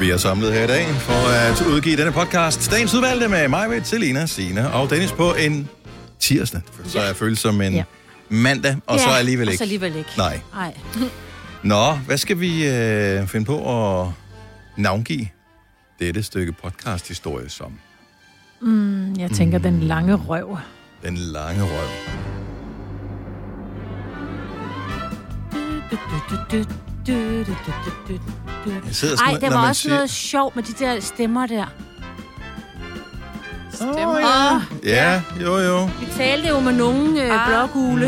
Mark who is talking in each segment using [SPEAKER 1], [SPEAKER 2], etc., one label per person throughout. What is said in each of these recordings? [SPEAKER 1] vi er samlet her i dag for at udgive denne podcast. Dagens udvalgte med mig, ved Selina, Sina og Dennis på en tirsdag. Så jeg føles som en
[SPEAKER 2] Ja.
[SPEAKER 1] mandag, og så alligevel
[SPEAKER 2] Og så
[SPEAKER 1] ikke.
[SPEAKER 2] alligevel ikke.
[SPEAKER 1] Nej.
[SPEAKER 2] Nej.
[SPEAKER 1] Nå, hvad skal vi øh, finde på at navngive dette stykke podcast-historie som?
[SPEAKER 3] Mm, jeg tænker, den lange røv.
[SPEAKER 1] Den lange røv. Jeg sidder sådan,
[SPEAKER 2] Ej, der
[SPEAKER 1] når
[SPEAKER 2] var
[SPEAKER 1] man
[SPEAKER 2] også
[SPEAKER 1] siger-
[SPEAKER 2] noget sjovt med de der stemmer der.
[SPEAKER 1] Stemmer. Oh, ja. ja, jo, jo.
[SPEAKER 2] Vi talte jo med nogle øh,
[SPEAKER 4] Ah.
[SPEAKER 2] blågule.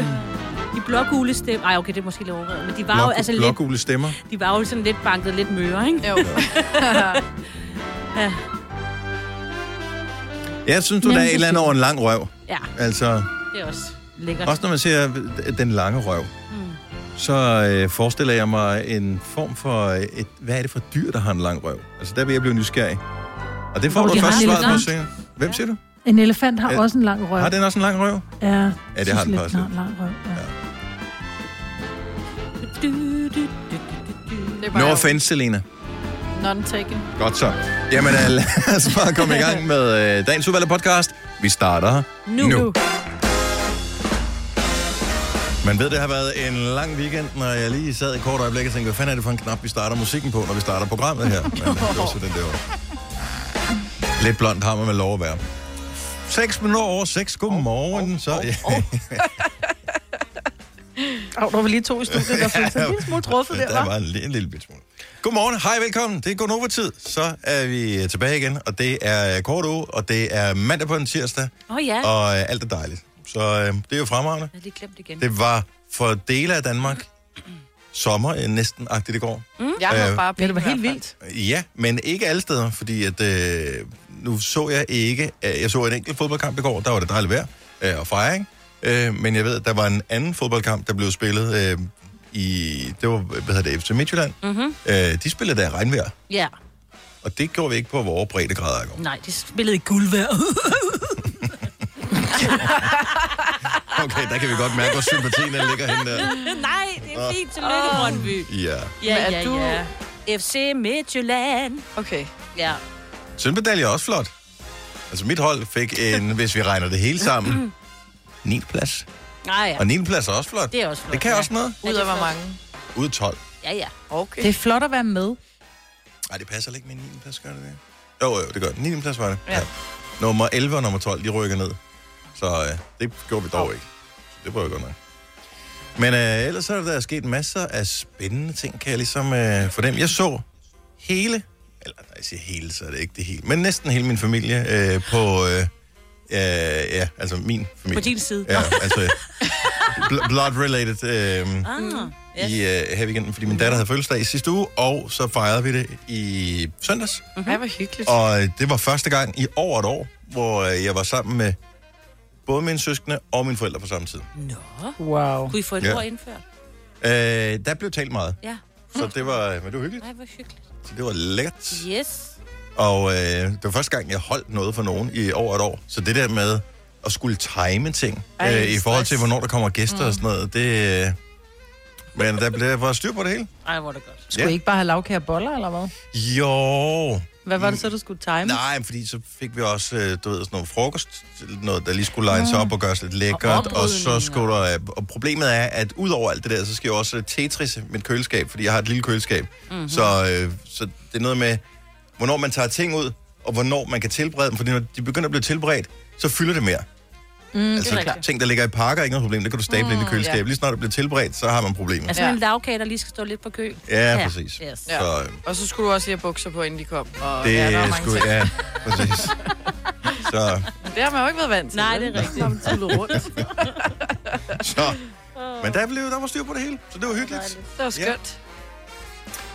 [SPEAKER 2] De blågule stemmer. Ej, okay, det er måske lidt overredet, men de var jo
[SPEAKER 1] Blok,
[SPEAKER 2] altså lidt,
[SPEAKER 1] blokule stemmer.
[SPEAKER 2] de var jo sådan lidt banket lidt møre, ikke?
[SPEAKER 4] Jo.
[SPEAKER 2] ja.
[SPEAKER 1] Jeg synes, du
[SPEAKER 2] Jamen,
[SPEAKER 1] der er et
[SPEAKER 2] så
[SPEAKER 1] eller andet over en lang røv.
[SPEAKER 2] ja,
[SPEAKER 1] Altså,
[SPEAKER 2] det er også lækkert.
[SPEAKER 1] også når man ser øh, den lange røv,
[SPEAKER 2] Mm.
[SPEAKER 1] så øh, forestiller jeg mig en form for øh, et... Hvad er det for dyr, der har en lang røv? Altså, der vil jeg blive nysgerrig. Og det får
[SPEAKER 3] Nå,
[SPEAKER 1] du
[SPEAKER 3] de har
[SPEAKER 1] først
[SPEAKER 3] en
[SPEAKER 1] svaret på
[SPEAKER 3] elefant.
[SPEAKER 1] senere. Hvem siger du?
[SPEAKER 3] En elefant har
[SPEAKER 1] Ja.
[SPEAKER 3] også en lang røv.
[SPEAKER 1] Har den også en lang røv?
[SPEAKER 3] Ja,
[SPEAKER 1] det
[SPEAKER 3] synes
[SPEAKER 1] har den
[SPEAKER 3] lidt,
[SPEAKER 1] faktisk
[SPEAKER 3] har en lang røv. Ja.
[SPEAKER 4] Det er bare
[SPEAKER 1] No offense, Selena.
[SPEAKER 4] non-taken.
[SPEAKER 1] Godt så. Jamen, øh, lad os bare komme i gang med øh, dagens udvalgte podcast. Vi starter nu. nu. Man ved, det har været en lang weekend, når jeg lige sad i et kort øjeblik og tænkte, hvad fanden er det for en knap, vi starter musikken på, når vi starter programmet her? Men øh, det var så den der var. Lidt blond har man med lov at være. 6 minutter over 6. Godmorgen. Så, ja.
[SPEAKER 5] Au, der var lige to i studiet, der følte sig en lille smule truffet der,
[SPEAKER 1] Der
[SPEAKER 5] var.
[SPEAKER 1] var en, li- en lille bit smule. Godmorgen, hej, velkommen. Det er Gonova-tid. Så er vi øh, tilbage igen, og det er øh, kort uge, og det er mandag på en tirsdag,
[SPEAKER 2] Åh oh, ja,
[SPEAKER 1] og øh, alt er dejligt. Så øh, det er jo fremragende.
[SPEAKER 2] jeg har lige glemt igen.
[SPEAKER 1] Det var for dele af Danmark sommer øh, næsten-agtigt i går.
[SPEAKER 4] Jeg har
[SPEAKER 1] Øh,
[SPEAKER 4] bare
[SPEAKER 5] Ja, det var
[SPEAKER 4] ben i
[SPEAKER 5] helt
[SPEAKER 4] hvert
[SPEAKER 5] vildt.
[SPEAKER 1] Ja, men ikke alle steder, fordi at, øh, nu så jeg ikke... Øh, jeg så en enkelt fodboldkamp i går, der var det dejligt vejr øh, og fejring. Øh, men jeg ved, at der var en anden fodboldkamp, der blev spillet øh, i... Det var, hvad hedder det, FC Midtjylland.
[SPEAKER 2] Mhm.
[SPEAKER 1] Øh, de spillede der i regnvejr,
[SPEAKER 2] Ja,
[SPEAKER 1] og det gjorde vi ikke på vores breddegrader i går.
[SPEAKER 2] nej, de spillede i guldvejr.
[SPEAKER 1] Okay, der kan vi godt mærke, hvor sympatien den ligger henne der.
[SPEAKER 2] nej, det er fint. Tillykke,
[SPEAKER 4] Åh.
[SPEAKER 2] Brøndby.
[SPEAKER 1] Ja.
[SPEAKER 2] Ja,
[SPEAKER 4] Men er
[SPEAKER 2] ja,
[SPEAKER 4] du-
[SPEAKER 2] ja. FC Midtjylland.
[SPEAKER 4] fald. Okay.
[SPEAKER 2] Ja.
[SPEAKER 1] Sølvmedalje er også flot. Altså mit hold fik en, hvis vi regner det hele sammen, 9. plads.
[SPEAKER 5] Ah,
[SPEAKER 2] Nej, ja.
[SPEAKER 1] Og 9. plads er også flot.
[SPEAKER 2] Det er også flot.
[SPEAKER 1] Det kan
[SPEAKER 2] ja.
[SPEAKER 1] også noget.
[SPEAKER 4] Ud
[SPEAKER 2] det
[SPEAKER 4] af
[SPEAKER 2] er
[SPEAKER 4] hvor
[SPEAKER 2] flot.
[SPEAKER 4] mange?
[SPEAKER 1] Ud 12.
[SPEAKER 2] Ja, ja.
[SPEAKER 4] Okay.
[SPEAKER 5] Det er flot at være med.
[SPEAKER 1] Nej, det passer ikke med 9. plads, gør det det? Jo, jo, det gør det. 9. plads var det. Ja. Nummer 11 og nummer 12, de rykker ned. Så øh, det gjorde vi dog ikke. Så det var jo godt nok. Men øh, ellers så er der sket masser af spændende ting, kan jeg ligesom øh, for dem. Jeg så hele, eller når jeg siger hele, så er det ikke det hele, men næsten hele min familie øh, på, øh, øh, ja, altså min familie.
[SPEAKER 2] På din side.
[SPEAKER 1] Ja, altså bl- blood-related øh,
[SPEAKER 2] Ah, yes.
[SPEAKER 1] i øh, her weekenden, fordi min datter havde fødselsdag i sidste uge, og så fejrede vi det i søndags.
[SPEAKER 2] Mhm.
[SPEAKER 4] Ej, hvor hyggeligt.
[SPEAKER 1] Og øh, det var første gang i over et år, hvor øh, jeg var sammen med både mine søskende og mine forældre på samme tid.
[SPEAKER 2] Nå.
[SPEAKER 5] Wow.
[SPEAKER 2] Kunne I få et
[SPEAKER 1] Ja.
[SPEAKER 2] ord indført?
[SPEAKER 1] Øh, der blev talt meget,
[SPEAKER 2] Ja.
[SPEAKER 1] så det var, øh, men det var hyggeligt.
[SPEAKER 2] Nej, hvor hyggeligt.
[SPEAKER 1] Så det var lækkert.
[SPEAKER 2] Yes.
[SPEAKER 1] Og øh, det var første gang, jeg holdt noget for nogen i over et år. Så det der med at skulle time ting
[SPEAKER 4] Ej,
[SPEAKER 1] øh, i forhold til,
[SPEAKER 4] stress.
[SPEAKER 1] hvornår der kommer gæster mm. og sådan noget, det... Øh, men der blev der var styr på det hele.
[SPEAKER 2] Ej, hvor er det godt.
[SPEAKER 5] Skulle I ikke bare have lavkære boller, eller hvad?
[SPEAKER 1] Jo,
[SPEAKER 5] Hvad var det så, du skulle time?
[SPEAKER 1] Mm. Nej, fordi så fik vi også, øh, du ved, sådan noget frokost, noget, der lige skulle lines op og gøres lidt lækkert, og, og så skulle der, og problemet er, at udover alt det der, så skal jeg også øh, Tetris i mit køleskab, fordi jeg har et lille køleskab.
[SPEAKER 6] Mhm.
[SPEAKER 2] Mhm.
[SPEAKER 1] Mm-hmm. Så, øh, så det er noget med, hvornår man tager ting ud, og hvornår man kan tilberede dem, fordi når de begynder at blive tilberedt, så fylder det mere. Mm, altså,
[SPEAKER 2] rigtigt.
[SPEAKER 1] ting, der ligger i pakker, er ikke noget problem. Det kan du stable mm, ind i køleskabet.
[SPEAKER 4] ja.
[SPEAKER 1] Lige snart det bliver tilberedt, så har man problemer.
[SPEAKER 2] Altså
[SPEAKER 4] Ja.
[SPEAKER 2] ja. en lavkage, der lige skal stå lidt på kø.
[SPEAKER 1] Ja, præcis.
[SPEAKER 2] Yes.
[SPEAKER 4] Ja.
[SPEAKER 1] Så, øh,
[SPEAKER 4] Og så skulle du også lige have bukser på, inden de kom. Og
[SPEAKER 1] det
[SPEAKER 4] ja, der
[SPEAKER 1] ja,
[SPEAKER 4] var mange
[SPEAKER 1] skulle,
[SPEAKER 4] ting.
[SPEAKER 1] ja, præcis. Så,
[SPEAKER 4] Men Det har man jo ikke været vant til.
[SPEAKER 2] Nej,
[SPEAKER 4] vel?
[SPEAKER 2] det er rigtigt.
[SPEAKER 1] Så. Men der, blev, der var styr på det hele, så det var hyggeligt.
[SPEAKER 4] Det var skønt.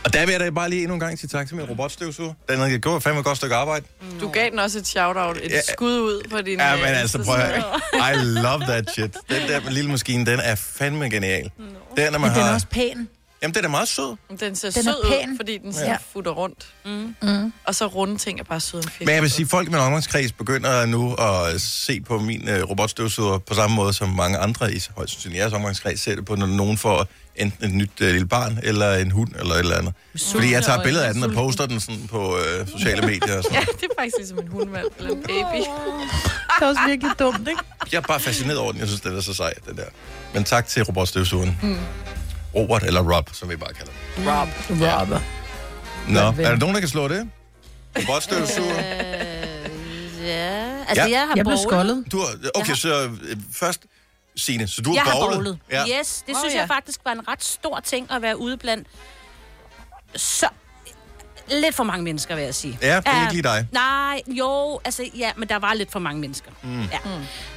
[SPEAKER 1] Og der vil jeg da bare lige endnu en gang sige tak til min robotstøvsuger. Den har gjort fandme et godt stykke arbejde.
[SPEAKER 4] Du gav den også et shout-out, et
[SPEAKER 1] Ja.
[SPEAKER 4] skud ud på din...
[SPEAKER 1] Ja,
[SPEAKER 4] øh,
[SPEAKER 1] men altså, prøv at
[SPEAKER 4] Instagram.
[SPEAKER 1] høre. I love that shit. Den der lille maskine, den er fandme genial. Den, når man
[SPEAKER 3] Men den er
[SPEAKER 1] har...
[SPEAKER 3] også pæn.
[SPEAKER 1] Jamen, den er meget sød.
[SPEAKER 4] Den ser
[SPEAKER 3] Den er
[SPEAKER 4] sød ud,
[SPEAKER 3] pæn.
[SPEAKER 4] fordi den
[SPEAKER 3] Ja.
[SPEAKER 4] sådan futter rundt. Mm.
[SPEAKER 3] Mm.
[SPEAKER 4] Og så runde ting er bare søde en fisk.
[SPEAKER 1] Men jeg vil sige, folk i min omgangskreds begynder nu at se på min øh, robotstøvsuger på samme måde, som mange andre i højst sandsynligt jeres omgangskreds ser det på, når nogen får enten et nyt øh, lille barn, eller en hund, eller et eller andet. Fordi jeg tager billeder af den og poster den sådan på øh, sociale medier og sådan
[SPEAKER 4] Ja,
[SPEAKER 1] noget.
[SPEAKER 4] det er faktisk ligesom en hundvalg eller en baby.
[SPEAKER 5] Det er også virkelig dumt, ikke?
[SPEAKER 1] Jeg er bare fascineret over den. Jeg synes, den er så sej, den der. Men tak til robotstøvsugeren.
[SPEAKER 2] Hmm.
[SPEAKER 1] Mm. Robert, eller Rob, som vi bare kalder den.
[SPEAKER 4] Rob.
[SPEAKER 5] Robber.
[SPEAKER 1] Nå, er der nogen, der kan slå det? Robotstøvsuger?
[SPEAKER 2] Ja, Øh, altså jeg har
[SPEAKER 1] Ja.
[SPEAKER 5] Jeg blev
[SPEAKER 2] bowlet.
[SPEAKER 5] skoldet.
[SPEAKER 1] Du har, okay,
[SPEAKER 2] Jeg
[SPEAKER 1] så øh, først, Signe, så du
[SPEAKER 2] Jeg
[SPEAKER 1] har
[SPEAKER 2] har
[SPEAKER 1] bowlet.
[SPEAKER 2] bowlet.
[SPEAKER 1] Ja.
[SPEAKER 2] Yes, det
[SPEAKER 4] Åh,
[SPEAKER 2] synes
[SPEAKER 4] ja.
[SPEAKER 2] jeg faktisk var en ret stor ting at være ude blandt så lidt for mange mennesker, vil jeg sige. Ah,
[SPEAKER 1] ja, det er ikke lige dig.
[SPEAKER 2] Nej, jo, altså ja, men der var lidt for mange mennesker. Mm. Ja.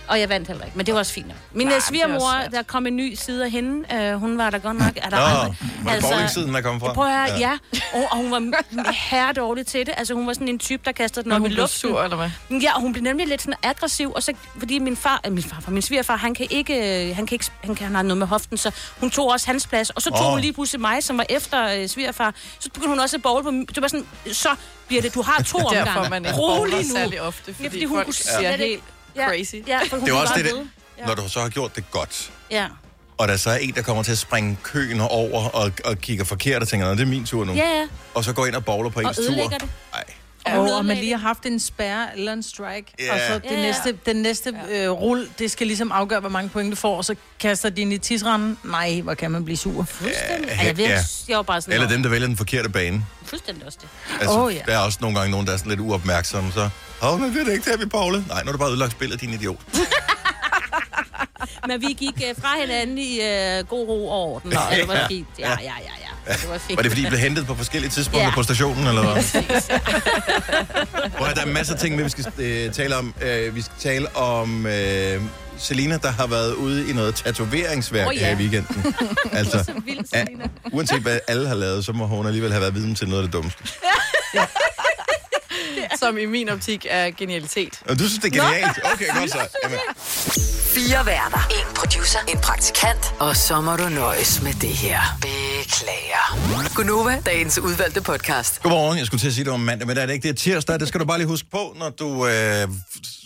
[SPEAKER 2] Og jeg vandt heller ikke, men det var også fint. nok. Min
[SPEAKER 4] Nej, men
[SPEAKER 2] Nej,
[SPEAKER 4] det er også
[SPEAKER 2] svigermor,
[SPEAKER 4] svært.
[SPEAKER 2] der kom en ny side af hende, øh, hun var der godt nok. Er der
[SPEAKER 1] Nå,
[SPEAKER 2] andre- Altså,
[SPEAKER 1] var det bowlingsiden, der kom fra?
[SPEAKER 2] Prøv at høre, ja. Og, og hun var m- herre dårlig til det. Altså, hun var sådan en type, der kastede den
[SPEAKER 4] Når
[SPEAKER 2] op i
[SPEAKER 4] hun blev
[SPEAKER 2] luften.
[SPEAKER 4] sur, eller hvad?
[SPEAKER 2] Ja, og hun blev nemlig lidt sådan aggressiv, og så fordi min far, øh, min far, min svigerfar, han kan ikke, øh, han kan ikke, han kan han har noget med hoften, så hun tog også hans plads, og så tog
[SPEAKER 1] Åh.
[SPEAKER 2] oh. hun lige pludselig mig, som var efter øh, svigerfar, så begyndte hun også at bowl på, min- det var sådan, så bliver det, du har to omgange.
[SPEAKER 4] Derfor man ikke
[SPEAKER 2] Rolig
[SPEAKER 4] bowler
[SPEAKER 2] nu.
[SPEAKER 4] særlig ofte, fordi,
[SPEAKER 2] Ja, fordi hun
[SPEAKER 4] folk
[SPEAKER 2] kunne
[SPEAKER 4] siger
[SPEAKER 2] slet
[SPEAKER 4] helt
[SPEAKER 2] ikke-
[SPEAKER 4] crazy.
[SPEAKER 2] Ja, for hun
[SPEAKER 1] Det er
[SPEAKER 2] blev
[SPEAKER 1] også
[SPEAKER 2] bare
[SPEAKER 1] det,
[SPEAKER 2] ved.
[SPEAKER 1] det, når du så har gjort det godt,
[SPEAKER 2] Ja.
[SPEAKER 1] og der så er en, der kommer til at springe køen over og, og kigger forkert og tænker, "Nå, det er min tur nu,
[SPEAKER 2] Ja, ja.
[SPEAKER 1] og så går ind og bowler på
[SPEAKER 2] Og
[SPEAKER 1] ens tur.
[SPEAKER 2] ødelægger det.
[SPEAKER 1] Nej.
[SPEAKER 2] hun
[SPEAKER 5] Og, og man
[SPEAKER 2] ødelagde
[SPEAKER 5] lige
[SPEAKER 2] det.
[SPEAKER 5] har haft en spærre eller en strike,
[SPEAKER 1] Ja.
[SPEAKER 5] og så det
[SPEAKER 2] Ja.
[SPEAKER 5] næste, den næste øh, rul, det skal ligesom afgøre, hvor mange point du får, og så kaster de ind i tidsranden. Nej, hvor kan man blive sur.
[SPEAKER 2] Fuldstændig. Altså,
[SPEAKER 1] Ja,
[SPEAKER 2] Ja, jeg, ved,
[SPEAKER 1] ja.
[SPEAKER 2] jeg var bare sådan,
[SPEAKER 1] Eller
[SPEAKER 2] "Nå,
[SPEAKER 1] dem, der vælger den forkerte bane.
[SPEAKER 2] fuldstændig også det.
[SPEAKER 1] Altså,
[SPEAKER 5] Åh, ja.
[SPEAKER 1] Der er også nogle gange nogen, der er sådan lidt uopmærksomme, så... Åh, men det er det ikke der, vi bowlede. Nej, nu er du bare ødelagt spillet, din idiot.
[SPEAKER 2] Men vi gik øh, fra hinanden i øh, god ro og orden, og det var fint. Ja, ja, ja, ja. Det var fint.
[SPEAKER 1] Var det, fordi I blev hentet på forskellige tidspunkter
[SPEAKER 2] Ja.
[SPEAKER 1] på stationen, eller hvad? Prøv at høre, der er masser af ting, med, vi skal øh, tale om. Øh, vi skal tale om øh, Selina, der har været ude i noget tatoveringsværk oh,
[SPEAKER 2] Åh,
[SPEAKER 1] ja.
[SPEAKER 2] ja.
[SPEAKER 1] her i weekenden. Altså,
[SPEAKER 2] vildt,
[SPEAKER 1] ja, uanset hvad alle har lavet, så må hun alligevel have været viden til noget af det dummeste.
[SPEAKER 4] Som i min optik er genialitet.
[SPEAKER 1] Og du synes, det er genialt? Okay, godt så. Jamen,
[SPEAKER 7] Fire værter. En producer. En praktikant. Og så må du nøjes med det her. Beklager. Gunova, dagens udvalgte podcast.
[SPEAKER 1] Godmorgen, jeg skulle til at sige, det var mandag, men der er det ikke. Det er tirsdag, det skal du bare lige huske på, når du øh,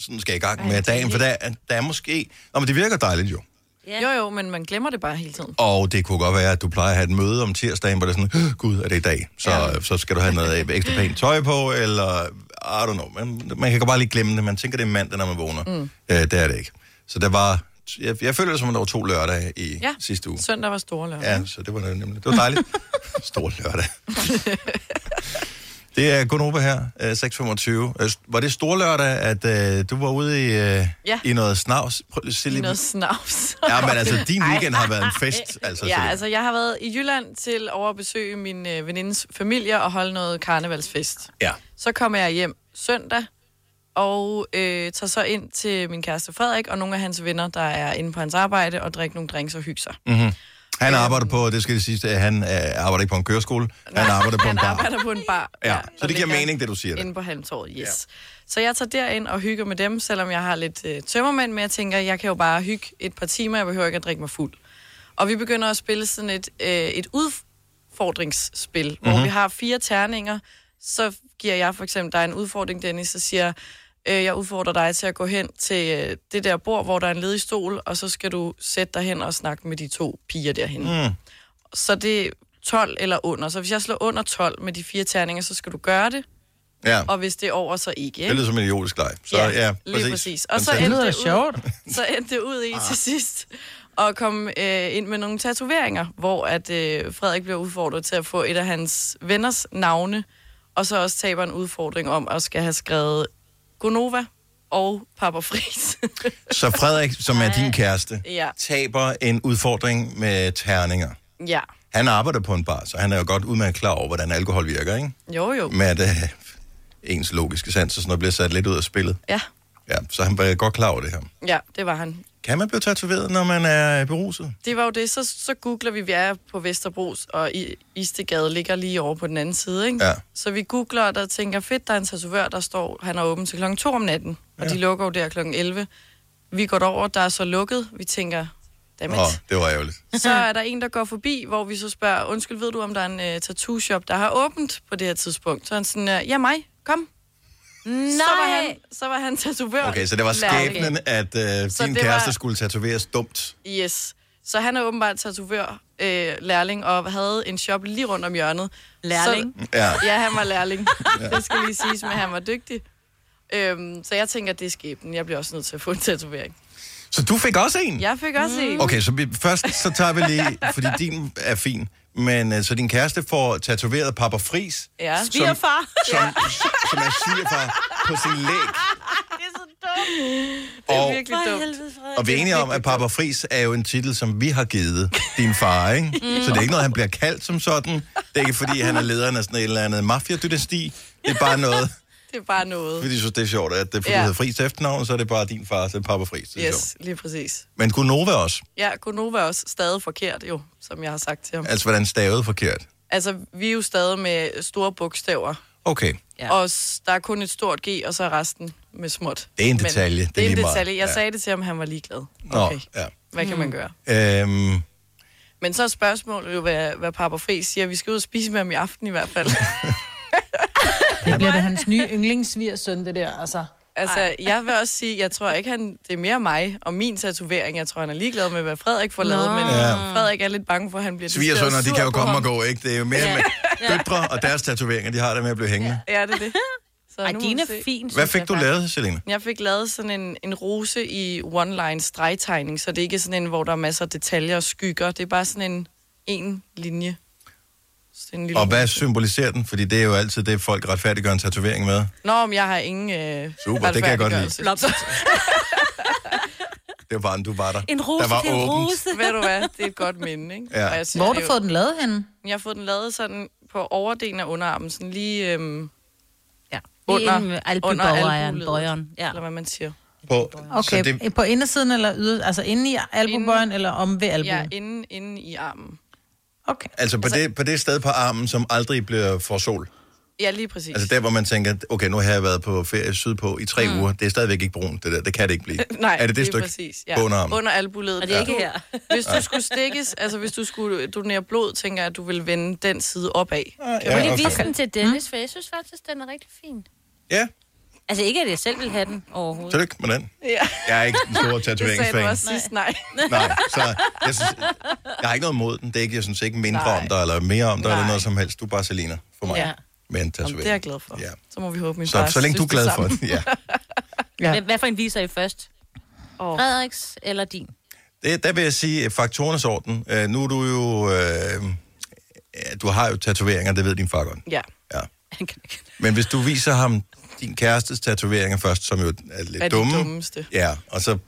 [SPEAKER 1] sådan skal i gang med dagen, for der, er- der er måske... Nå, men det virker dejligt jo.
[SPEAKER 4] Jo, jo, men man glemmer det bare hele tiden.
[SPEAKER 1] Og det kunne godt være, at du plejer at have et møde om tirsdagen, hvor det er sådan, "Åh, gud, er det i dag? Så, ja. så skal du have noget ekstra pænt tøj på, eller I don't know. Man, man kan godt bare lige glemme det. Man tænker, det er mandag, når man vågner. Mm. Øh, det er det ikke. Så der var, jeg, jeg føler det som, at der var to lørdage i ja.
[SPEAKER 4] Ja.
[SPEAKER 1] sidste uge.
[SPEAKER 4] Søndag var store lørdag.
[SPEAKER 1] Ja, så det var det nemlig. Det var dejligt. Stor lørdag. det er Gunnova her, øh, 6.25. Øh, Var det stor lørdag, at øh, du var ude i, øh,
[SPEAKER 4] Ja.
[SPEAKER 1] i noget snavs? Prøv, lige at se
[SPEAKER 4] I
[SPEAKER 1] lige-
[SPEAKER 4] noget snavs.
[SPEAKER 1] Ja, men altså, din weekend har været en fest. Altså,
[SPEAKER 4] Ja,
[SPEAKER 1] Selina.
[SPEAKER 4] altså jeg har været i Jylland til over at besøge min øh, venindes familie og holde noget karnevalsfest.
[SPEAKER 1] ja.
[SPEAKER 4] Så kommer jeg hjem søndag og øh, tager så ind til min kæreste Frederik og nogle af hans venner, der er inde på hans arbejde og drikker nogle drinks og hygger sig. Mm.
[SPEAKER 1] Mhm. Han arbejder på, det skal jeg sige, at han øh, arbejder ikke på en køreskole, han arbejder på en
[SPEAKER 4] Han
[SPEAKER 1] bar.
[SPEAKER 4] arbejder på en bar.
[SPEAKER 1] Ja,
[SPEAKER 4] der
[SPEAKER 1] så det giver
[SPEAKER 4] ligger
[SPEAKER 1] mening, det du siger der.
[SPEAKER 4] Inde på halmtåret, yes. Ja. Så jeg tager derind og hygger med dem, selvom jeg har lidt øh, tømmermænd, men jeg tænker, jeg kan jo bare hygge et par timer, jeg behøver ikke at drikke mig fuld. Og vi begynder at spille sådan et, øh, et udfordringsspil, mm-hmm.
[SPEAKER 1] Mhm.
[SPEAKER 4] hvor vi har fire terninger. Så giver jeg for eksempel dig en udfordring, Dennis, så siger jeg, øh, jeg udfordrer dig til at gå hen til øh, det der bord, hvor der er en ledig stol, og så skal du sætte dig hen og snakke med de to piger derhen. Mm. Så det er 12 eller under. Så hvis jeg slår under 12 med de fire terninger, så skal du gøre det.
[SPEAKER 1] Ja,
[SPEAKER 4] Og hvis det er over, så ikke.
[SPEAKER 1] det
[SPEAKER 4] ikke?
[SPEAKER 1] lyder som en idiotisk leg. Så ja, ja præcis.
[SPEAKER 4] lige præcis. Og
[SPEAKER 1] Men Ah.
[SPEAKER 4] så
[SPEAKER 1] tak.
[SPEAKER 5] Det
[SPEAKER 4] endte
[SPEAKER 5] lyder
[SPEAKER 4] det
[SPEAKER 5] da
[SPEAKER 4] ud,
[SPEAKER 5] sjovt.
[SPEAKER 4] så endte det ud i til sidst at komme øh, ind med nogle tatoveringer, hvor at øh, Frederik bliver udfordret til at få et af hans venners navne, og så også taber en udfordring om at skal have skrevet Gonova og Papa Fris.
[SPEAKER 1] så Frederik, som er din kæreste,
[SPEAKER 4] Ja.
[SPEAKER 1] taber en udfordring med terninger.
[SPEAKER 4] ja,
[SPEAKER 1] Han arbejder på en bar, så han er jo godt udmærket klar over, hvordan alkohol virker, ikke?
[SPEAKER 4] jo jo.
[SPEAKER 1] Med at øh, ens logiske sans og sådan noget bliver sat lidt ud af spillet.
[SPEAKER 4] Ja,
[SPEAKER 1] Ja, så han var godt klar over det her.
[SPEAKER 4] ja det var han.
[SPEAKER 1] Kan man blive tatoveret, når man er beruset?
[SPEAKER 4] Det var jo det, så, så googler vi, vi er på Vesterbros, og I, Istegade ligger lige over på den anden side, ikke?
[SPEAKER 1] Ja.
[SPEAKER 4] Så vi googler, og der tænker, fedt, der er en tatovør, der står, han er åben til klokken 2 om natten, og
[SPEAKER 1] Ja.
[SPEAKER 4] de lukker jo der klokken 11. Vi går derover, der er så lukket, vi tænker, Dammit.
[SPEAKER 1] Åh, det var ærgerligt.
[SPEAKER 4] Så er der en, der går forbi, hvor vi så spørger, undskyld, ved du, om der er en øh, tattoo-shop, der har åbent på det her tidspunkt? Så er han sådan, øh, ja mig, kom. Nej. Så var han, så var han tatovør.
[SPEAKER 1] Okay, så det var
[SPEAKER 4] Lærling.
[SPEAKER 1] skæbnen, at øh,
[SPEAKER 4] Så
[SPEAKER 1] din
[SPEAKER 4] det var-
[SPEAKER 1] kæreste skulle tatoveres dumt.
[SPEAKER 4] Yes. Så han er åbenbart tatovør, øh, lærling, og havde en shop lige rundt om hjørnet.
[SPEAKER 5] Lærling?
[SPEAKER 4] Så,
[SPEAKER 1] Ja.
[SPEAKER 4] ja, han var lærling. Det skal lige siges, men han var dygtig. Øhm, så jeg tænker, det er skæbnen. Jeg bliver også nødt til at få en tatovering.
[SPEAKER 1] Så du fik også en?
[SPEAKER 4] Jeg fik også en.
[SPEAKER 1] Hmm. Okay, så vi, først så tager vi lige, fordi din er fin, men øh, så din kæreste får tatoveret Papa Fris,
[SPEAKER 4] Ja.
[SPEAKER 2] Svigerfar.
[SPEAKER 1] som, som er svigerfar på sin læg.
[SPEAKER 4] Det er så dumt. Det er
[SPEAKER 1] Og-
[SPEAKER 4] virkelig dumt.
[SPEAKER 1] Og vi er enige om, at Papa Fris er jo en titel, som vi har givet din far, ikke? Så det er ikke noget, han bliver kaldt som sådan. Det er ikke, fordi han er lederen af sådan et eller andet mafia-dynasti. Det er bare noget,
[SPEAKER 4] Det er bare noget.
[SPEAKER 1] fordi de synes, det er sjovt, at det er, fordi
[SPEAKER 4] Ja.
[SPEAKER 1] ja. hedder Fris til efternavn, så er det bare din far, så er det Papa Fris. Det er sjovt.
[SPEAKER 4] Yes, lige præcis.
[SPEAKER 1] Men Gunova også.
[SPEAKER 4] Ja, Gunova er også stadig forkert, jo, som jeg har sagt til ham.
[SPEAKER 1] Altså, hvordan stavede forkert.
[SPEAKER 4] Altså, vi er jo stadig med store bogstaver.
[SPEAKER 1] Okay.
[SPEAKER 4] Ja. Og s- der er kun et stort G, og så er resten med småt.
[SPEAKER 1] Det er en detalje, det er
[SPEAKER 4] Men det er en
[SPEAKER 1] lige meget.
[SPEAKER 4] detalje. Jeg
[SPEAKER 1] Ja.
[SPEAKER 4] sagde det til ham, han var ligeglad.
[SPEAKER 1] Nå,
[SPEAKER 4] Okay,
[SPEAKER 1] ja.
[SPEAKER 4] hvad kan man
[SPEAKER 2] Mm.
[SPEAKER 4] gøre?
[SPEAKER 1] Øhm,
[SPEAKER 4] Men så er spørgsmålet jo, hvad, hvad Papa Fri siger. Vi skal ud og spise med ham i aften i hvert fald.
[SPEAKER 5] Det bliver da hans nye yndlingssvigersøn, det der, altså.
[SPEAKER 4] altså, jeg vil også sige, jeg tror ikke, han, det er mere mig og min tatovering. Jeg tror, han er ligeglad med, hvad Frederik får lavet. Men
[SPEAKER 1] Ja.
[SPEAKER 4] Frederik er lidt bange for, at han bliver
[SPEAKER 1] Svigersønner,
[SPEAKER 4] decideret
[SPEAKER 1] de
[SPEAKER 4] sur
[SPEAKER 1] kan jo
[SPEAKER 4] på
[SPEAKER 1] komme
[SPEAKER 4] ham.
[SPEAKER 1] og gå, ikke? Det er jo mere ja. med døtre og deres tatoveringer, de har det med at blive hængende.
[SPEAKER 4] Ja, det er det. Så
[SPEAKER 2] Ej,
[SPEAKER 4] nu må
[SPEAKER 2] din
[SPEAKER 4] vi
[SPEAKER 2] er
[SPEAKER 4] se.
[SPEAKER 2] fin.
[SPEAKER 1] Hvad
[SPEAKER 2] synes
[SPEAKER 1] fik
[SPEAKER 2] jeg
[SPEAKER 1] du
[SPEAKER 2] faktisk.
[SPEAKER 1] lavet, Selina?
[SPEAKER 4] Jeg fik lavet sådan en, en rose i one-line stregtegning, så det er ikke sådan en, hvor der er masser af detaljer og skygger. Det er bare sådan en en linje. Sådan en lille
[SPEAKER 1] Og hvad
[SPEAKER 4] rose.
[SPEAKER 1] symboliserer den? Fordi det er jo altid det, folk retfærdiggør en tatovering med.
[SPEAKER 4] Nå, men jeg har ingen øh,
[SPEAKER 1] Super, det kan jeg godt lide.
[SPEAKER 4] retfærdiggørelse.
[SPEAKER 1] Det var bare, en, du var der.
[SPEAKER 2] En rose
[SPEAKER 1] der var
[SPEAKER 2] til en
[SPEAKER 1] åbent.
[SPEAKER 2] rose.
[SPEAKER 4] Ved du hvad, det er et godt minde, ikke?
[SPEAKER 1] Ja.
[SPEAKER 4] Og jeg synes,
[SPEAKER 5] Hvor har
[SPEAKER 4] det
[SPEAKER 5] du
[SPEAKER 4] er jo-
[SPEAKER 5] fået den lavet henne?
[SPEAKER 4] Jeg har fået den lavet sådan på overdelen af underarmen, sådan lige øhm,
[SPEAKER 2] Ja.
[SPEAKER 4] Under-
[SPEAKER 2] Under,
[SPEAKER 4] under
[SPEAKER 2] under albuejeren,
[SPEAKER 4] albuledet.
[SPEAKER 2] bøjeren. Ja.
[SPEAKER 4] eller hvad man siger.
[SPEAKER 1] På,
[SPEAKER 5] Okay,
[SPEAKER 1] så det,
[SPEAKER 5] det... på indersiden eller yder, altså inde i albubøjen eller om ved
[SPEAKER 4] Ja,
[SPEAKER 5] albuen?
[SPEAKER 4] inde, inde i armen.
[SPEAKER 5] Okay.
[SPEAKER 1] altså, på, det, på det sted på armen, som aldrig bliver for sol.
[SPEAKER 4] Ja, lige præcis.
[SPEAKER 1] Altså der, hvor man tænker, okay, nu har jeg været på ferie sydpå i tre mm. uger. Det er stadigvæk ikke brunt, det der. Det kan det ikke blive.
[SPEAKER 4] Nej,
[SPEAKER 1] er det det
[SPEAKER 4] lige
[SPEAKER 1] stykke
[SPEAKER 4] præcis.
[SPEAKER 1] på underarmen?
[SPEAKER 4] Under albuledet.
[SPEAKER 2] Og det er ikke her.
[SPEAKER 4] Hvis du skulle stikkes, altså hvis du skulle donere blod, tænker jeg, at du vil vende den side opad.
[SPEAKER 2] Må
[SPEAKER 1] Ja,
[SPEAKER 2] lige
[SPEAKER 1] okay.
[SPEAKER 2] vise den til Dennis, for jeg synes faktisk, den er rigtig fin.
[SPEAKER 1] ja,
[SPEAKER 2] Altså ikke, at jeg selv vil have den overhovedet.
[SPEAKER 1] tillykke med den.
[SPEAKER 4] Ja,
[SPEAKER 1] Jeg er ikke en stor
[SPEAKER 4] det sagde du
[SPEAKER 1] tatoveringsfan.
[SPEAKER 4] også sidst, nej.
[SPEAKER 1] Nej, så jeg, synes, jeg har ikke noget imod den. Det er ikke, jeg synes ikke mindre Nej.
[SPEAKER 4] Nej.
[SPEAKER 1] om dig, eller mere om dig, Nej. eller
[SPEAKER 4] Nej.
[SPEAKER 1] noget som helst. Du er bare Selina for mig. Ja.
[SPEAKER 4] Ja.
[SPEAKER 1] Med en
[SPEAKER 4] Jamen,
[SPEAKER 1] tatovering.
[SPEAKER 4] det er jeg glad for.
[SPEAKER 1] Ja.
[SPEAKER 4] Så må vi håbe, min far
[SPEAKER 1] Så, så længe du er
[SPEAKER 4] synes
[SPEAKER 1] glad for
[SPEAKER 4] samme.
[SPEAKER 1] den, ja.
[SPEAKER 5] Ja.
[SPEAKER 2] Hvad- Hvad for en viser I først?
[SPEAKER 4] Åh.
[SPEAKER 2] Frederiks eller din?
[SPEAKER 1] Det, der vil jeg sige, at faktorernes orden. Øh, nu er du jo... Øh, ja, du har jo tatoveringer, det ved din far godt.
[SPEAKER 4] Ja,
[SPEAKER 1] Ja.
[SPEAKER 2] Han kan ikke.
[SPEAKER 1] Men hvis du viser ham din kærestes tatoveringer først, som jo er lidt
[SPEAKER 4] er det
[SPEAKER 1] dumme.
[SPEAKER 4] dummeste.
[SPEAKER 1] Ja, og så...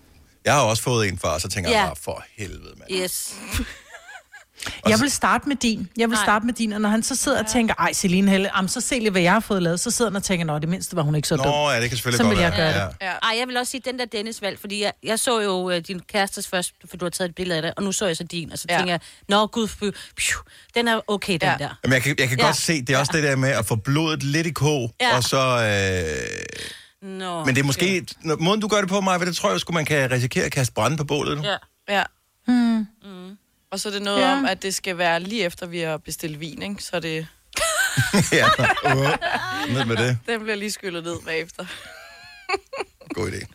[SPEAKER 1] Jeg har også fået en far, så tænker ja.
[SPEAKER 2] Ja.
[SPEAKER 1] jeg bare, for helvede, mand.
[SPEAKER 2] Yes.
[SPEAKER 5] Jeg vil starte med din. Jeg vil
[SPEAKER 2] Nej.
[SPEAKER 5] starte med din, og når han så sidder og tænker, ej, Celine Helle, am, så se lige, hvad jeg har fået lavet, så sidder han og tænker, nå, det mindste var hun ikke så dum.
[SPEAKER 1] Nå, ja, det kan selvfølgelig
[SPEAKER 5] Sådan
[SPEAKER 1] godt
[SPEAKER 5] vil jeg
[SPEAKER 1] være.
[SPEAKER 5] gøre
[SPEAKER 1] ja.
[SPEAKER 5] det.
[SPEAKER 4] Ja.
[SPEAKER 2] Ej, jeg vil også sige den der Dennis valg, fordi jeg, jeg så jo øh, din kærestes først, for du har taget et billede af det, og nu så jeg så din, og så
[SPEAKER 4] Ja.
[SPEAKER 2] ja. tænker jeg, nå gud, fy, pju, den er okay, den
[SPEAKER 4] Ja.
[SPEAKER 2] ja. der.
[SPEAKER 1] Jamen, jeg kan, jeg kan ja.
[SPEAKER 2] Ja.
[SPEAKER 1] godt se, det er også det der med at få blodet lidt i kog, ja.
[SPEAKER 2] Ja.
[SPEAKER 1] og så... Øh,
[SPEAKER 2] Nå,
[SPEAKER 1] men det er måske... Når, måden, du gør det på, mig, det tror jeg sgu, man kan risikere at kaste brænde på bålet. Ja.
[SPEAKER 2] Ja.
[SPEAKER 4] Ja. Mm. Og så er det noget
[SPEAKER 5] Ja.
[SPEAKER 4] ja. om, at det skal være lige efter, vi har bestilt vin, ikke? Så det,
[SPEAKER 1] ja. Uh, ned med det.
[SPEAKER 4] den bliver lige skyllet ned bagefter.
[SPEAKER 1] God idé.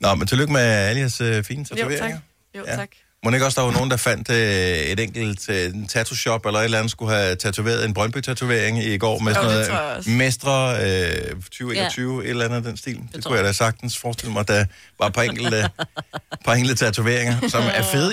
[SPEAKER 1] Nå, men tillykke med alle jeres øh, fine
[SPEAKER 4] Jo,
[SPEAKER 1] tatoveringer.
[SPEAKER 4] tak. Jo,
[SPEAKER 1] Ja.
[SPEAKER 4] ja. tak.
[SPEAKER 1] Må det ikke også, der var nogen, der fandt øh, et enkelt øh, en tattoo-shop eller et eller andet, skulle have tatoveret en Brøndby-tatovering i går med
[SPEAKER 4] Jo,
[SPEAKER 1] sådan
[SPEAKER 4] det
[SPEAKER 1] noget
[SPEAKER 4] tror jeg også.
[SPEAKER 1] mestre øh, 2021, ja. et eller andet af den stil. Det, det kunne jeg da sagtens forestille mig, der var et par enkelte, par enkelte tatoveringer, som er fede.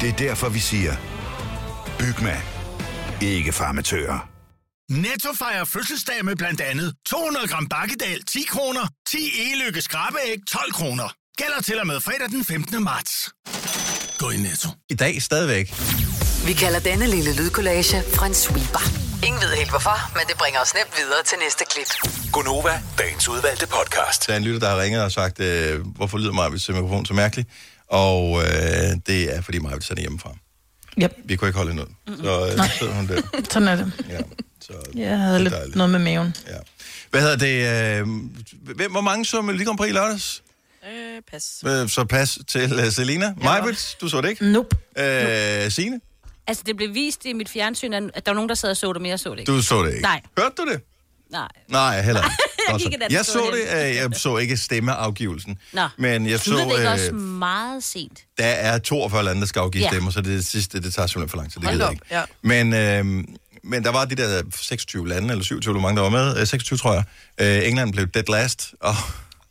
[SPEAKER 8] Det er derfor, vi siger, Bygma. Ikke farmatører.
[SPEAKER 9] Netto fejrer fødselsdag med blandt andet 200 gram bakkedal 10 kroner, 10 e-lykke skrabeæg 12 kroner. Gælder til og med fredag den 15. marts.
[SPEAKER 1] Gå i Netto. I dag stadigvæk.
[SPEAKER 7] Vi kalder denne lille lydkollage en sweeper. Ingen ved helt hvorfor, men det bringer os nemt videre til næste klip.
[SPEAKER 10] Gunova, dagens udvalgte podcast.
[SPEAKER 1] Der er en lytter, der har ringet og sagt, øh, hvorfor lyder Marvits mikrofon så mærkelig? Og øh, det er, fordi Marvits er hjemmefra.
[SPEAKER 5] Yep.
[SPEAKER 1] Vi kunne ikke holde hende ud. Så øh, sidder hun der.
[SPEAKER 5] Sådan er det.
[SPEAKER 1] Ja, så,
[SPEAKER 5] Jeg havde lidt
[SPEAKER 1] dejligt.
[SPEAKER 5] noget med maven.
[SPEAKER 1] Ja. Hvad hedder det? Øh, hvem, hvor mange så Melodi Grand Prix i lørdags?
[SPEAKER 4] Øh, pas.
[SPEAKER 1] Øh, Så pas til øh, Selina. Ja. Majbrits, du så det ikke?
[SPEAKER 5] Nope.
[SPEAKER 1] Øh, Signe,
[SPEAKER 2] Altså, det blev vist i mit fjernsyn, at at der var nogen, der sad og så det, men jeg så det ikke.
[SPEAKER 1] du så det ikke.
[SPEAKER 2] Nej,
[SPEAKER 1] Hørte du det?
[SPEAKER 2] nej.
[SPEAKER 1] Nej, heller ikke.
[SPEAKER 2] Jeg
[SPEAKER 1] Godt
[SPEAKER 2] gik
[SPEAKER 1] så.
[SPEAKER 2] et andet
[SPEAKER 1] jeg
[SPEAKER 2] sted
[SPEAKER 1] så
[SPEAKER 2] hen.
[SPEAKER 1] det, øh, jeg så ikke stemmeafgivelsen.
[SPEAKER 2] Nå.
[SPEAKER 1] Men jeg så,
[SPEAKER 2] Lyder det ikke
[SPEAKER 1] øh,
[SPEAKER 2] også meget sent?
[SPEAKER 1] der er 42 lande, der skal afgive
[SPEAKER 2] Ja.
[SPEAKER 1] stemmer, så det, er det sidste, det tager simpelthen for lang tid. Det
[SPEAKER 2] Hold
[SPEAKER 1] gider jeg
[SPEAKER 2] op,
[SPEAKER 1] ikke.
[SPEAKER 4] Ja.
[SPEAKER 1] Men, øh, men der var de der 26 lande, eller 27, hvor mange der var med. Øh, 26, tror jeg. Øh, England blev dead last, og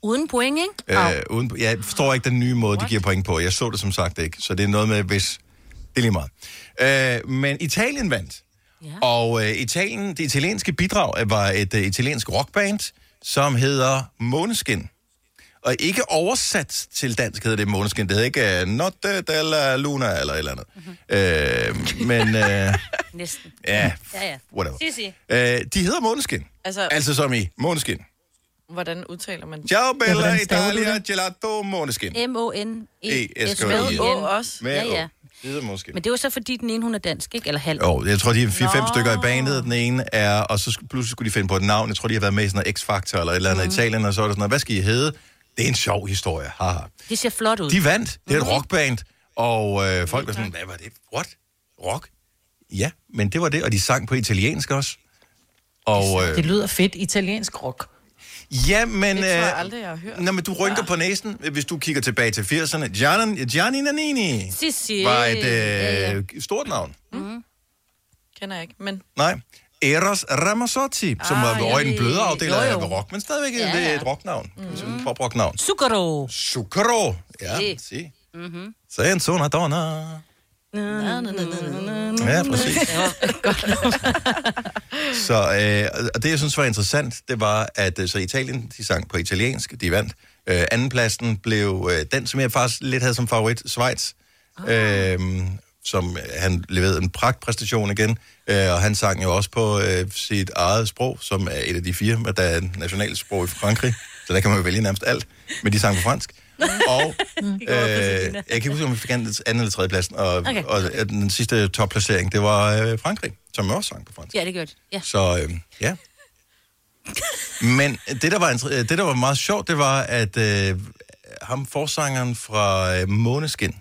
[SPEAKER 2] Uden point, ikke?
[SPEAKER 1] Øh, uden, jeg forstår ikke den nye måde, What? de giver point på. Jeg så det som sagt ikke, så det er noget med, hvis... Det er lige meget. Øh, men Italien vandt. Ja. Og øh, Italien, det italienske bidrag øh, var et øh, italiensk rockband, som hedder Måneskin. Og ikke oversat til dansk hedder det Måneskin. Det hedder ikke øh, Notte della Luna eller et eller andet. Mm-hmm. Øh, men øh,
[SPEAKER 2] Næsten.
[SPEAKER 1] ja,
[SPEAKER 2] Ja, ja.
[SPEAKER 1] whatever.
[SPEAKER 2] Sig, sig.
[SPEAKER 1] Øh, de hedder Måneskin.
[SPEAKER 4] Altså-
[SPEAKER 1] Altså som i Måneskin.
[SPEAKER 4] Hvordan udtaler man det?
[SPEAKER 1] Ciao Bella
[SPEAKER 4] hvordan staver du
[SPEAKER 1] Italia Gelato Måneskin.
[SPEAKER 2] M-O-N-E-S-K-I-N.
[SPEAKER 1] E-S-K-I-N.
[SPEAKER 4] Med Å også.
[SPEAKER 1] Med
[SPEAKER 2] Ja,
[SPEAKER 1] ja,
[SPEAKER 2] ja.
[SPEAKER 1] ja. Videre måske.
[SPEAKER 2] Men det er jo så, fordi den ene, hun er dansk, ikke? Eller halv.
[SPEAKER 1] Jo, jeg tror, de er
[SPEAKER 2] Nå.
[SPEAKER 1] 4-5 stykker i bandet, den ene er, og så skulle- pludselig skulle de finde på et navn. Jeg tror, de har været med i sådan noget X-Factor eller et eller andet
[SPEAKER 4] Mhm.
[SPEAKER 1] mm. Italien, og så er det sådan noget, hvad skal I hedde? Det er en sjov historie, haha.
[SPEAKER 2] Det ser flot ud. Mhm.
[SPEAKER 1] De vandt, det er
[SPEAKER 4] Mhm.
[SPEAKER 1] et rockband, og øh, folk var sådan, hvad var det? What? Rock? Ja, men det var det, og de sang på italiensk også. Og, øh,
[SPEAKER 5] Det lyder fedt. Italiensk rock.
[SPEAKER 1] ja, men...
[SPEAKER 4] Det tror jeg
[SPEAKER 1] øh,
[SPEAKER 4] aldrig, jeg har hørt.
[SPEAKER 1] Nå, men du rynker ja. på næsen, hvis du kigger tilbage til 80'erne. Gianni, Gianni Nannini
[SPEAKER 2] Sig, sig.
[SPEAKER 1] var et øh,
[SPEAKER 2] Ja, ja.
[SPEAKER 1] stort navn.
[SPEAKER 4] Kender jeg ikke, men...
[SPEAKER 1] Nej. Eros Ramazzotti, ah, som var over i den bløde afdeling af rock, men stadigvæk ja,
[SPEAKER 2] Ja,
[SPEAKER 1] det er
[SPEAKER 2] ja.
[SPEAKER 1] et rocknavn. Mm. Et poprocknavn.
[SPEAKER 2] Zucchero.
[SPEAKER 1] Zucchero. Ja,
[SPEAKER 2] Det.
[SPEAKER 1] si. Mm-hmm. en sona donna. Ja, præcis. så, øh, og det, jeg synes var interessant, det var, at øh, så Italien, de sang på italiensk, de vandt. Øh, andenpladsen blev øh, den, som jeg faktisk lidt havde som favorit, Schweiz. Øh, som øh, han leverede en pragtpræstation igen, øh, og han sang jo også på øh, sit eget sprog, som er et af de fire, men der er et nationalt sprog i Frankrig, så der kan man jo vælge nærmest alt, men de sang på fransk. Og
[SPEAKER 2] Mm.
[SPEAKER 1] øh, jeg kan ikke huske, om vi fik anden anden eller tredje pladsen, og, okay.
[SPEAKER 2] Okay.
[SPEAKER 1] og øh, den sidste topplacering, det var øh, Frankrig, som også sang på fransk.
[SPEAKER 2] Ja, det gør det. Ja.
[SPEAKER 1] Så øh, ja. Men det der, var, inter- øh, det, der var meget sjovt, det var, at øh, ham forsangeren fra øh, Måneskin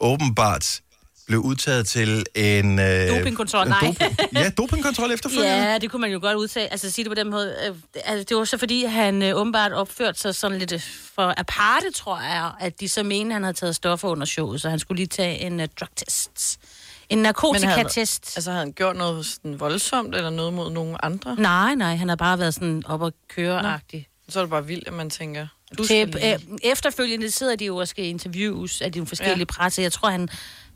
[SPEAKER 1] åbenbart blev udtaget til en... Øh,
[SPEAKER 2] Dopingkontrol,
[SPEAKER 1] en
[SPEAKER 2] nej.
[SPEAKER 1] ja, dopingkontrol efterfølgende.
[SPEAKER 2] Ja, det kunne man jo godt udtale. Altså, sige det på den måde. Øh, Altså, det var så, fordi han øh, åbenbart opførte sig sådan lidt øh, for aparte, tror jeg, at de så mente, han havde taget stoffer under showet, så han skulle lige tage en uh, drugtest. En narkotikatest.
[SPEAKER 4] Altså, havde han gjort noget sådan voldsomt, eller noget mod nogen andre?
[SPEAKER 2] Nej, nej, han har bare været sådan op og køre-agtig.
[SPEAKER 4] Så er det bare vildt, at man tænker... Du skal
[SPEAKER 2] Til,
[SPEAKER 4] lige...
[SPEAKER 2] øh, efterfølgende sidder de jo og skal interviews af de forskellige
[SPEAKER 4] Ja.
[SPEAKER 2] ja. presse. Jeg tror, han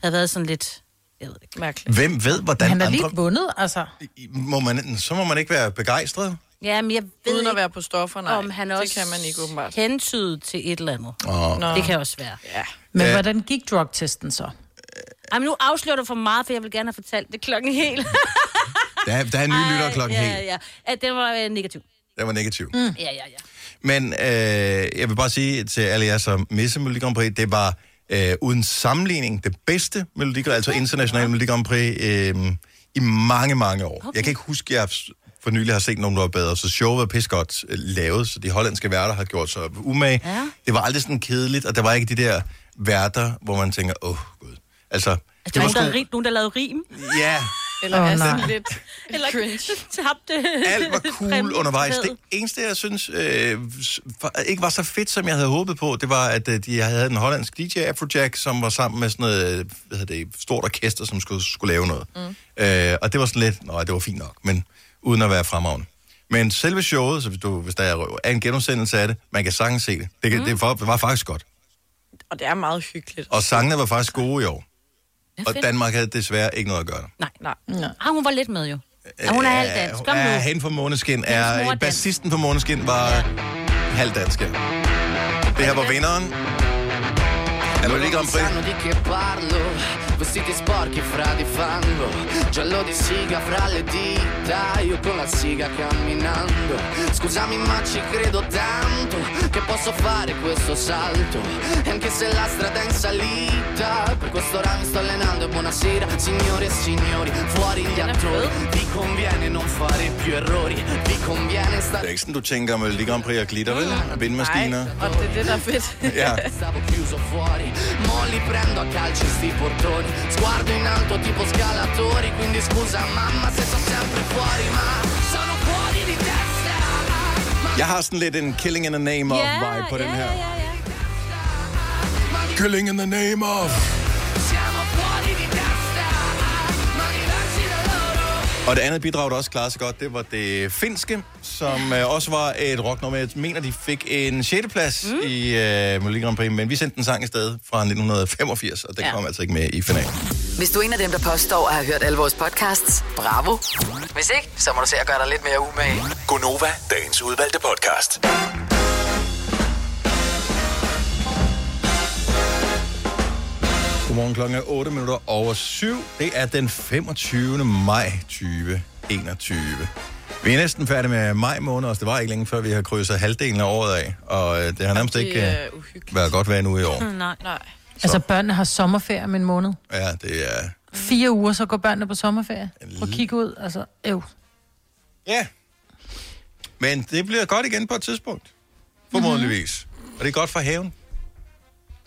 [SPEAKER 2] havde været sådan lidt... Jeg ved ikke.
[SPEAKER 4] Mærkeligt.
[SPEAKER 1] Hvem ved, hvordan
[SPEAKER 5] Han er
[SPEAKER 1] andre...
[SPEAKER 5] lige vundet, altså.
[SPEAKER 1] Må man, så må man ikke være begejstret.
[SPEAKER 2] Ja, men jeg ved
[SPEAKER 4] Uden at
[SPEAKER 2] ikke,
[SPEAKER 4] være på stoffer, nej.
[SPEAKER 2] om han
[SPEAKER 4] Det
[SPEAKER 2] også
[SPEAKER 4] kan man ikke åbenbart.
[SPEAKER 2] hentyde til et eller andet.
[SPEAKER 1] Og,
[SPEAKER 4] Nå.
[SPEAKER 2] Det kan også være.
[SPEAKER 4] Ja.
[SPEAKER 5] Men
[SPEAKER 1] Ja.
[SPEAKER 5] hvordan gik drugtesten så?
[SPEAKER 2] Ej, men nu afslører du for meget, for jeg vil gerne have fortalt det klokken helt.
[SPEAKER 1] der, der er nye lyttere klokken
[SPEAKER 2] ja,
[SPEAKER 1] helt.
[SPEAKER 2] ja. At det var øh, negativ.
[SPEAKER 1] Den var negativ. Mm.
[SPEAKER 2] Ja, ja, ja.
[SPEAKER 1] Men øh, jeg vil bare sige til alle jer, som misser Melodi Grand Prix, det var øh, uden sammenligning det bedste Melodi Grand altså internationale Melodi Grand Prix, øh, i mange, mange år. Okay. Jeg kan ikke huske, at jeg for nylig har set nogen, der var bedre. Så showet var pissegodt øh, lavet, så de hollandske værter har gjort sig umage.
[SPEAKER 2] Ja.
[SPEAKER 1] Det var aldrig sådan kedeligt, og der var ikke de der værter, hvor man tænker, åh, oh, gud. Altså,
[SPEAKER 2] Altså,
[SPEAKER 1] det var
[SPEAKER 2] nogen, der,
[SPEAKER 1] sådan,
[SPEAKER 2] rim, nogen, der lavede rim.
[SPEAKER 1] ja,
[SPEAKER 4] Eller
[SPEAKER 1] Åh,
[SPEAKER 4] oh, er
[SPEAKER 1] nej.
[SPEAKER 4] sådan lidt Eller cringe.
[SPEAKER 2] tabte
[SPEAKER 1] Alt var cool undervejs. Det eneste, jeg synes øh, s- var- ikke var så fedt, som jeg havde håbet på, det var, at øh, de havde en hollandsk DJ, Afrojack, som var sammen med sådan noget, øh, hvad hedder det, stort orkester, som skulle, skulle lave noget. Mm. Øh, og det var sådan lidt, nej, det var fint nok, men uden at være fremragende. Men selve showet, så hvis, du, hvis der er, er en genudsendelse af det, man kan sagtens se det. Det, kan, mm. det, var, det var faktisk godt.
[SPEAKER 4] Og det er meget hyggeligt.
[SPEAKER 1] Og sangene var faktisk gode i år.
[SPEAKER 2] Ja,
[SPEAKER 1] Og
[SPEAKER 2] fedt.
[SPEAKER 1] Danmark havde desværre ikke noget at gøre.
[SPEAKER 2] Nej,
[SPEAKER 4] nej.
[SPEAKER 2] nej. Ah, hun var lidt med jo. Ja, hun er halv dansk. Kom
[SPEAKER 1] Er
[SPEAKER 2] nu.
[SPEAKER 1] hende fra Måneskin.
[SPEAKER 2] Hendes mor
[SPEAKER 1] Er
[SPEAKER 2] er
[SPEAKER 1] bassisten på Måneskin var ja. halv dansk. ja. Det her var vinderen. Er du lige Grand Prix?
[SPEAKER 11] sanno di che parlo Vestiti sporchi fra di fango Giallo di siga fra le dita Io con la siga camminando Scusami ma ci credo tanto Che posso fare questo salto E anche se la strada è in salita Per questo ramo sto allenando E buonasera signore e signori Fuori gli attori Vi conviene non fare più errori Vi conviene
[SPEAKER 1] Det er
[SPEAKER 11] stare
[SPEAKER 1] ikke sådan, du tænker med Melodi Grand Prix og glitter, vel? Og vindmaskiner.
[SPEAKER 4] Og det er det, der er fedt.
[SPEAKER 1] Ja.
[SPEAKER 11] Stavo chiuso fuori, mo li prendo a calci sti portoni Sguardo in alto tipo scalatori, quindi scusa mamma se sono sempre fuori Ma sono fuori di testa
[SPEAKER 1] Jeg har sådan lidt en killing in the name of
[SPEAKER 11] Ja,
[SPEAKER 1] vibe på den her. Killing in the name of.
[SPEAKER 11] Siamo fuori di testa, Ah, ma diversi da loro
[SPEAKER 1] Og det andet bidrag, der også klarede sig godt, det var det finske, som øh, også var et rocknummer. Jeg mener, de fik en 6. plads mm. i øh, Melodi Grand Prix, men vi sendte en sang afsted fra 1985, og den
[SPEAKER 7] Ja.
[SPEAKER 1] ja. kom altså ikke med i finalen.
[SPEAKER 7] Hvis du er en af dem, der påstår at have hørt alle vores podcasts, bravo. Hvis ikke, så må du se at gøre dig lidt mere umage.
[SPEAKER 10] Gonova, dagens udvalgte podcast.
[SPEAKER 1] Godmorgen klokken er 8 minutter over 7. Det er den 25. maj 2021. Vi er næsten færdige med maj måned, og det var ikke længe før, vi har krydset halvdelen af året af. Og øh, det har nærmest
[SPEAKER 3] det
[SPEAKER 1] ikke
[SPEAKER 3] er
[SPEAKER 1] øh, været godt vejr nu i
[SPEAKER 2] Hmm,
[SPEAKER 1] år.
[SPEAKER 3] Nej.
[SPEAKER 4] Nej.
[SPEAKER 3] Altså, børnene har sommerferie om en måned.
[SPEAKER 1] Ja, det er...
[SPEAKER 2] Mm.
[SPEAKER 3] Fire uger, så går børnene på sommerferie. Prøv at kigge ud, altså, øv.
[SPEAKER 1] Ja. Men det bliver godt igen på et tidspunkt. Formodentligvis.
[SPEAKER 3] Mhm.
[SPEAKER 1] Og det er godt for haven.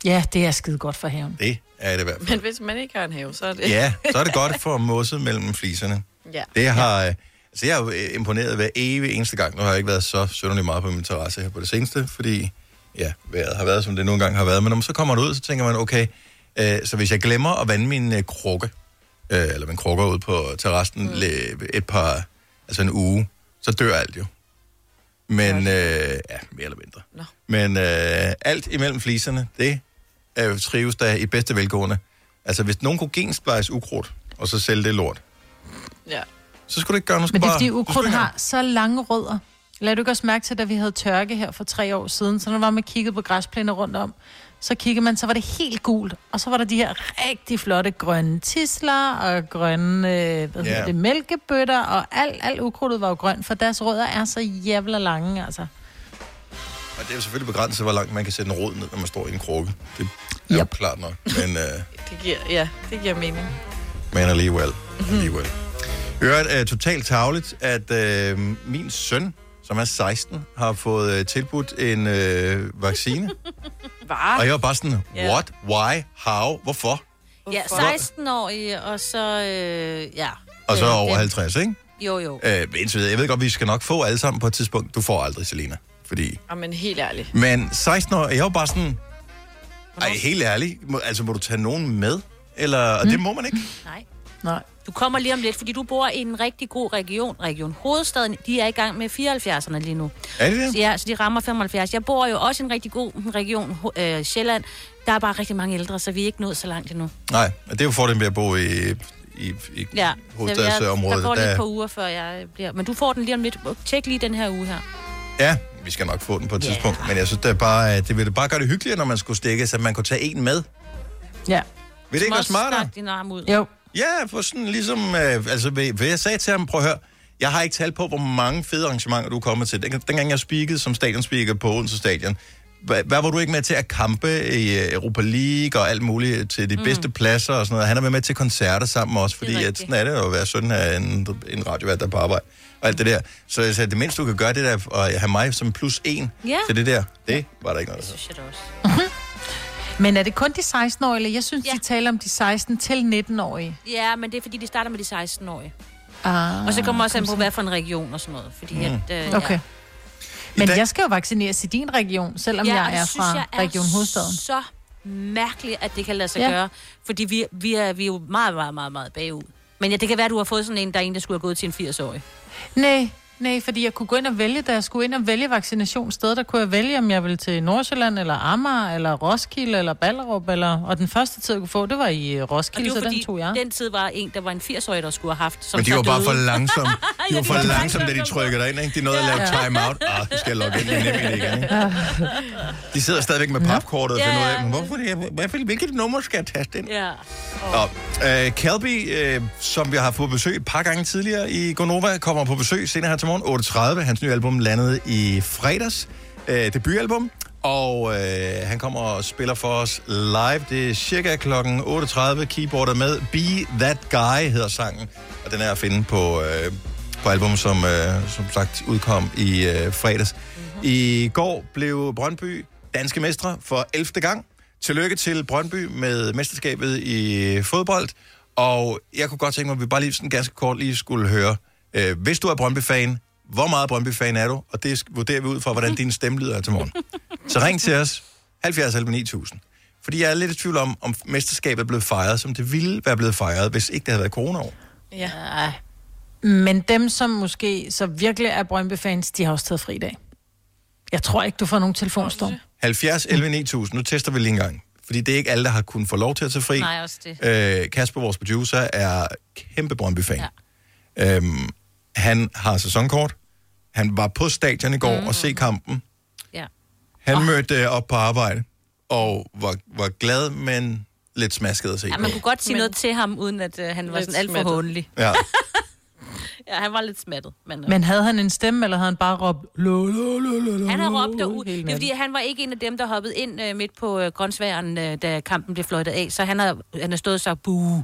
[SPEAKER 3] Ja, det er skide godt for haven.
[SPEAKER 1] Det er det i hvert fald.
[SPEAKER 4] Men hvis man ikke har en have, så er det...
[SPEAKER 1] Ja, så er det godt for mosset mellem fliserne.
[SPEAKER 4] ja.
[SPEAKER 1] Det har... øh, Altså, jeg er jo øh, imponeret hver evig eneste gang. Nu har jeg ikke været så sønderlig meget på min terrasse her på det seneste, fordi ja, vejret har været, som det nogle gange har været. Men når man så kommer det ud, så tænker man, okay, øh, så hvis jeg glemmer at vande min øh, krukke, øh, eller min krukker ud på terrassen mm. et par, altså en uge, så dør alt jo. Men, øh, ja, mere eller mindre.
[SPEAKER 4] Nå.
[SPEAKER 1] Men øh, alt imellem fliserne, det er jo trives der i bedste velgående. Altså, hvis nogen kunne gensplejse ukrudt, og så sælge det lort,
[SPEAKER 4] Ja.
[SPEAKER 1] så skulle du ikke gøre noget.
[SPEAKER 3] Men det er
[SPEAKER 1] bare-
[SPEAKER 3] fordi,
[SPEAKER 1] du skulle
[SPEAKER 3] ukrudt
[SPEAKER 1] ikke-
[SPEAKER 3] har så lange rødder. Lad du ikke også mærke til, da vi havde tørke her for tre år siden, så når man var med kigget på græsplæner rundt om, så kiggede man, så var det helt gult, og så var der de her rigtig flotte grønne tisler og grønne øh, hvad
[SPEAKER 1] Ja.
[SPEAKER 3] yeah. det, mælkebøtter, og alt al ukrudtet var jo grønt, for deres rødder er så jævla lange, altså.
[SPEAKER 1] Og det er jo selvfølgelig begrænset, hvor langt man kan sætte en rod ned, når man står i en krukke. Det er yep. klart nok, men, øh,
[SPEAKER 4] Det giver, ja, det giver mening.
[SPEAKER 1] men alligevel. alligevel. I Øvrigt er totalt tavligt, at øh, min søn, som er 16, har fået øh, tilbudt en øh, vaccine.
[SPEAKER 4] Var?
[SPEAKER 1] Og jeg var bare sådan,
[SPEAKER 2] Ah. Ja.
[SPEAKER 1] what, why, how, hvorfor?
[SPEAKER 2] Ja, 16 år i, og så... Øh, ja.
[SPEAKER 1] Og så
[SPEAKER 2] Øh,
[SPEAKER 1] over
[SPEAKER 2] dem.
[SPEAKER 1] 50, ikke?
[SPEAKER 2] Jo, jo.
[SPEAKER 1] Øh, indtil videre. jeg ved godt, vi skal nok få alle sammen på et tidspunkt. Du får aldrig, Selina. Fordi...
[SPEAKER 4] Jamen, helt ærligt.
[SPEAKER 1] Men 16 år, jeg var bare sådan... Ej, helt ærligt. Må, altså, må du tage nogen med? Eller...
[SPEAKER 2] Hmm.
[SPEAKER 1] Og det må man ikke.
[SPEAKER 2] Nej.
[SPEAKER 3] Nej.
[SPEAKER 2] Du kommer lige om lidt, fordi du bor i en rigtig god region. Region Hovedstaden, de er i gang med 74'erne lige nu.
[SPEAKER 1] Er de det?
[SPEAKER 2] Ja, så de rammer 75. Jeg bor jo også i en rigtig god region, Ho- øh, Sjælland. Der er bare rigtig mange ældre, så vi er ikke nået så langt endnu.
[SPEAKER 1] Nej, og det er jo fordelen ved at bo i, i, i
[SPEAKER 2] Ja, så jeg,
[SPEAKER 1] hovedstadsområdet.
[SPEAKER 2] der går
[SPEAKER 1] Der-
[SPEAKER 2] lidt på uger, før jeg øh, bliver... Men du får den lige om lidt. Tjek lige den her uge her.
[SPEAKER 1] Ja, vi skal nok få den på et tidspunkt. Men jeg synes, det, er bare, at det ville bare gøre det hyggeligere, når man skulle stikke, så man kunne tage en med.
[SPEAKER 3] Ja.
[SPEAKER 1] Vil det ikke være smartere?
[SPEAKER 2] din arm ud.
[SPEAKER 3] Jo.
[SPEAKER 1] Ja, for sådan ligesom... Øh, altså, hvad hvad jeg sagde til ham, prøv at høre, jeg har ikke tal på, hvor mange fede arrangementer du er kommet til. Den, dengang jeg speakede som stadionspeaker på Odense Stadion, hvad, hvad var du ikke med til at kampe i øh, Europa League og alt muligt til de mm. bedste pladser og sådan noget? Han har været med til koncerter sammen også, fordi at, sådan er det jo at være søn af en, en radiovært, der er på arbejde og alt det der. Så jeg sagde, det mindste du kan gøre, det er at have mig som plus en
[SPEAKER 2] Ja.
[SPEAKER 1] til det der. Det var der ikke noget. der hed.
[SPEAKER 2] Shit også.
[SPEAKER 3] Men er det kun de 16-årige? Jeg synes, ja. de taler om de 16 til 19-årige.
[SPEAKER 2] Ja, men det er fordi, de starter med de 16-årige.
[SPEAKER 3] Ah,
[SPEAKER 2] Og så kommer også an på, hvad for en region og sådan noget. Fordi
[SPEAKER 3] Mm.
[SPEAKER 2] at, øh,
[SPEAKER 3] Okay.
[SPEAKER 2] ja.
[SPEAKER 3] Men jeg skal jo vaccineres i din region, selvom
[SPEAKER 2] ja,
[SPEAKER 3] ja,
[SPEAKER 2] og
[SPEAKER 3] jeg
[SPEAKER 2] det
[SPEAKER 3] er
[SPEAKER 2] synes
[SPEAKER 3] fra
[SPEAKER 2] jeg er
[SPEAKER 3] Region Hovedstaden.
[SPEAKER 2] så mærkeligt, at det kan lade sig
[SPEAKER 3] Ja.
[SPEAKER 2] ja. gøre. Fordi vi, vi, er, vi er jo meget, meget, meget, meget bagud. Men ja, det kan være, at du har fået sådan en, der er en, der skulle have gået til en 80-årig.
[SPEAKER 3] Nej, nej, fordi jeg kunne gå ind og vælge, da jeg skulle ind og vælge vaccinationssted, der kunne jeg vælge, om jeg ville til Nordsjælland, eller Amager, eller Roskilde, eller Ballerup, eller... Og den første tid, jeg kunne få, det var i øh,
[SPEAKER 2] Og
[SPEAKER 3] Roskilde,
[SPEAKER 2] det
[SPEAKER 3] så
[SPEAKER 2] var
[SPEAKER 3] den
[SPEAKER 2] fordi,
[SPEAKER 3] tog jeg.
[SPEAKER 2] den tid var en, der var en 80-årig, der skulle have haft. Som
[SPEAKER 1] Men de
[SPEAKER 2] så
[SPEAKER 1] var bare
[SPEAKER 2] døde.
[SPEAKER 1] for langsomme. De
[SPEAKER 2] Ja,
[SPEAKER 1] var for langsomme, da de trykkede dig ind, ikke? De nåede at lave
[SPEAKER 2] Ja.
[SPEAKER 1] timeout. Ah, nu skal jeg logge ind i nemlig igen, ikke? De sidder stadigvæk med papkortet og
[SPEAKER 2] Ja,
[SPEAKER 1] finder ud
[SPEAKER 2] ja.
[SPEAKER 1] af, "Men hvorfor det her? Hvorfor- Hvilket nummer skal jeg taste ind?
[SPEAKER 2] Ja.
[SPEAKER 1] Nå, øh, Calby, øh, som vi har haft på besøg et par gange tidligere i Gonova, kommer på besøg senere her til morgen, 8.30. Hans nye album landede i fredags, øh, debutalbum, og øh, han kommer og spiller for os live. Det er cirka klokken 8.30, keyboarder med. Be That Guy hedder sangen, og den er at finde på, øh, på album, som øh, som sagt udkom i øh, fredags. I går blev Brøndby danske mestre for 11. gang. Tillykke til Brøndby med mesterskabet i fodbold. Og jeg kunne godt tænke mig, at vi bare lige sådan ganske kort lige skulle høre, øh, hvis du er Brøndby-fan, hvor meget Brøndby-fan er du? Og det sk- vurderer vi ud fra, hvordan din stemme lyder her til morgen. Så ring til os, 70 11 9000. Fordi jeg er lidt i tvivl om, om mesterskabet er blevet fejret, som det ville være blevet fejret, hvis ikke det havde været coronaår.
[SPEAKER 4] Ja.
[SPEAKER 3] Men dem, som måske så virkelig er Brøndby-fans, de har også taget fri i dag. Jeg tror ikke, du får nogen telefonstorm.
[SPEAKER 1] 70 11 9000, nu tester vi lige en gang. Fordi det er ikke alle, der har kunnet få lov til at tage fri.
[SPEAKER 2] Nej, også det.
[SPEAKER 1] Øh, Kasper, vores producer, er kæmpe Brøndby-fan. Ja. Øhm, han har sæsonkort. Han var på stadion i går mm. og se kampen.
[SPEAKER 2] Ja.
[SPEAKER 1] Han oh. mødte øh, op på arbejde og var, var glad, men lidt smasket at se.
[SPEAKER 2] ja,
[SPEAKER 1] på.
[SPEAKER 2] man kunne godt sige men... noget til ham, uden at øh, han var
[SPEAKER 4] Lidt
[SPEAKER 2] sådan alt for
[SPEAKER 4] smattet.
[SPEAKER 2] håndelig.
[SPEAKER 1] Ja.
[SPEAKER 2] Ja, han var lidt smattet. Men, øh,
[SPEAKER 3] Men havde han en stemme, eller havde han bare råbt... Lo, lo, lo, lo, lo,
[SPEAKER 2] Han har råbt
[SPEAKER 3] lo,
[SPEAKER 2] derud.
[SPEAKER 3] hele
[SPEAKER 2] Det er
[SPEAKER 3] natten?
[SPEAKER 2] fordi, han var ikke en af dem, der hoppede ind øh, midt på øh, grøntsværen, øh, da kampen blev fløjtet af. Så han har, han har stået så bue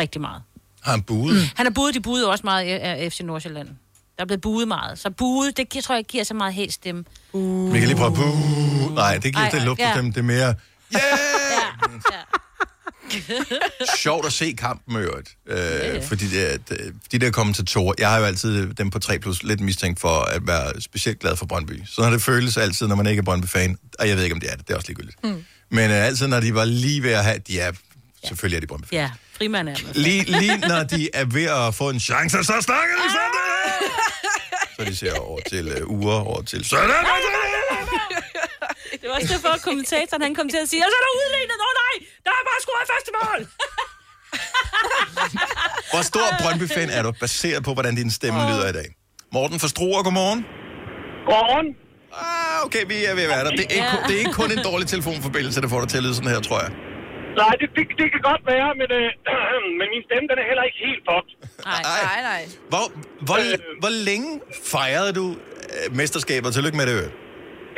[SPEAKER 2] rigtig meget.
[SPEAKER 1] Har han buet? Mm.
[SPEAKER 2] Han har buet, de buede også meget af- af FC Nordsjælland. Der er blevet buet meget. Så buet, det gi- tror jeg giver så meget helt stemme.
[SPEAKER 1] Vi kan lige prøve buh. Nej, det giver
[SPEAKER 2] Ej,
[SPEAKER 1] det lugt
[SPEAKER 2] ja.
[SPEAKER 1] ja. dem. Det er mere
[SPEAKER 2] ja.
[SPEAKER 1] sjovt at se kampen i øvrigt. Øh, Fordi det, er- det- de der kommentatorer, jeg har jo altid dem på 3 plus lidt mistænkt for at være specielt glad for Brøndby. Sådan har det føles altid, når man ikke er Brøndby-fan. Og jeg ved ikke, om det er det. Det er også ligegyldigt.
[SPEAKER 2] Hmm.
[SPEAKER 1] Mm. Men øh, altid, når de var lige ved at have... De er, selvfølgelig er de Brøndby.
[SPEAKER 2] Ja, frimand er med.
[SPEAKER 1] Lige, lige når de er ved at få en chance, så snakker de sådan der! Så de ser over til øh, uger, over til sådan der!
[SPEAKER 2] Det var også derfor, at kommentatoren han kom til at sige, og så er der udlignet, åh nej, der er bare scoret første mål.
[SPEAKER 1] Hvor stor Brøndby-fan er du, baseret på, hvordan din stemme lyder i dag? Morten fra Struer, godmorgen.
[SPEAKER 12] Godmorgen.
[SPEAKER 1] Ah, okay, vi er ved at være der. Det er, ikke,
[SPEAKER 12] Ja.
[SPEAKER 1] det er ikke kun en dårlig telefonforbindelse, der får dig til at lyde sådan her, tror jeg.
[SPEAKER 12] Nej, det, det, det kan godt være, men, øh, men min stemme den er heller ikke helt fucked.
[SPEAKER 2] Nej,
[SPEAKER 1] nej,
[SPEAKER 4] nej.
[SPEAKER 1] Hvor, hvor, hvor længe fejrede du øh, mesterskabet? Tillykke med det, øh.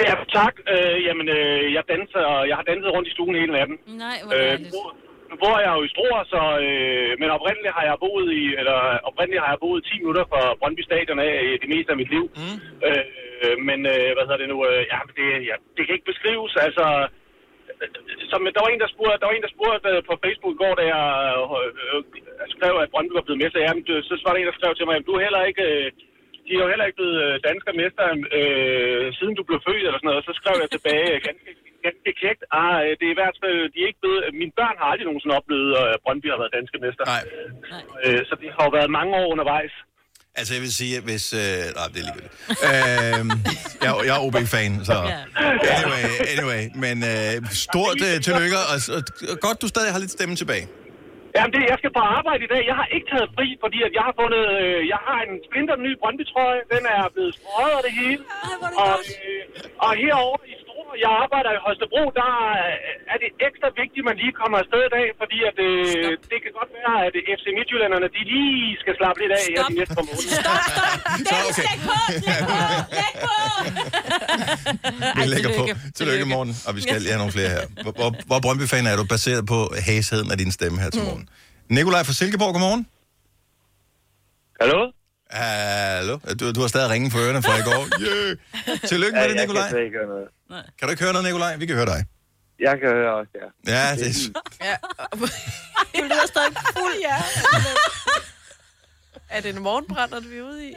[SPEAKER 12] Ja, tak. Øh, jamen, øh, jeg danser, og jeg har danset rundt i stuen hele natten.
[SPEAKER 2] Nej,
[SPEAKER 12] hvor øh, nu bor- Nu bor jeg jo i Struer, så, øh, men oprindeligt har jeg boet i, eller oprindeligt har jeg boet 10 minutter fra Brøndby Stadion af øh, det meste af mit liv. Mm. Øh, øh, men øh, hvad hedder det nu? Øh, ja, det, ja, det kan ikke beskrives. Altså, øh, som, der var en, der spurgte, der var en, der spurgte øh, på Facebook i går, da jeg øh, øh, skrev, at Brøndby var blevet mester. Jamen, det, så var der en, der skrev til mig, at du er heller ikke... Øh, de er jo heller ikke blevet øh, dansker mester, øh, siden du blev født eller sådan noget. Så skrev jeg tilbage øh, ganske, ganske kægt, ah, øh, det er i hvert fald, de er ikke blevet, mine børn har aldrig nogensinde oplevet, at øh, Brøndby har været danske mester.
[SPEAKER 1] Nej.
[SPEAKER 12] Øh, så det har jo været mange år undervejs.
[SPEAKER 1] Altså, jeg vil sige, at hvis... Øh, nej, det er ligegyldigt. øh, jeg, jeg er OB-fan, så... Anyway, anyway. Men øh, stort øh, tillykke, og, og, og godt, du stadig har lidt stemme tilbage.
[SPEAKER 12] Jamen, det, jeg skal på arbejde i dag. Jeg har ikke taget fri, fordi at jeg har fundet... Øh, jeg har en splinter ny Brøndby-trøje. Den er blevet strøget og det hele. og, øh, og herovre i Struer, jeg arbejder i Holstebro, der øh, er det ekstra vigtigt, at man lige kommer afsted i dag, fordi at, øh, det kan godt være, at øh, FC Midtjyllanderne, de lige skal slappe lidt af her de næste par måneder.
[SPEAKER 1] Så, okay. Vi lægger
[SPEAKER 12] tillykke.
[SPEAKER 1] på. Tillykke, tillykke morgen, og vi skal lige have nogle flere her. Hvor, hvor, hvor Brøndby-fan er du, baseret på hæsheden af din stemme her til
[SPEAKER 9] Mm.
[SPEAKER 1] morgen? Nikolaj fra Silkeborg, godmorgen.
[SPEAKER 12] Hallo?
[SPEAKER 1] Hallo. Du, du har stadig ringen for ørerne fra i går. Yeah. Tillykke med det, Nikolaj.
[SPEAKER 13] Jeg kan slet ikke høre noget.
[SPEAKER 1] Kan du ikke høre noget, Nikolaj? Vi kan høre dig.
[SPEAKER 13] Jeg kan høre også, ja.
[SPEAKER 1] Ja, det er...
[SPEAKER 4] Ja. du lyder stadig fuld, ja. Er det en morgenbrænder, vi er ude i?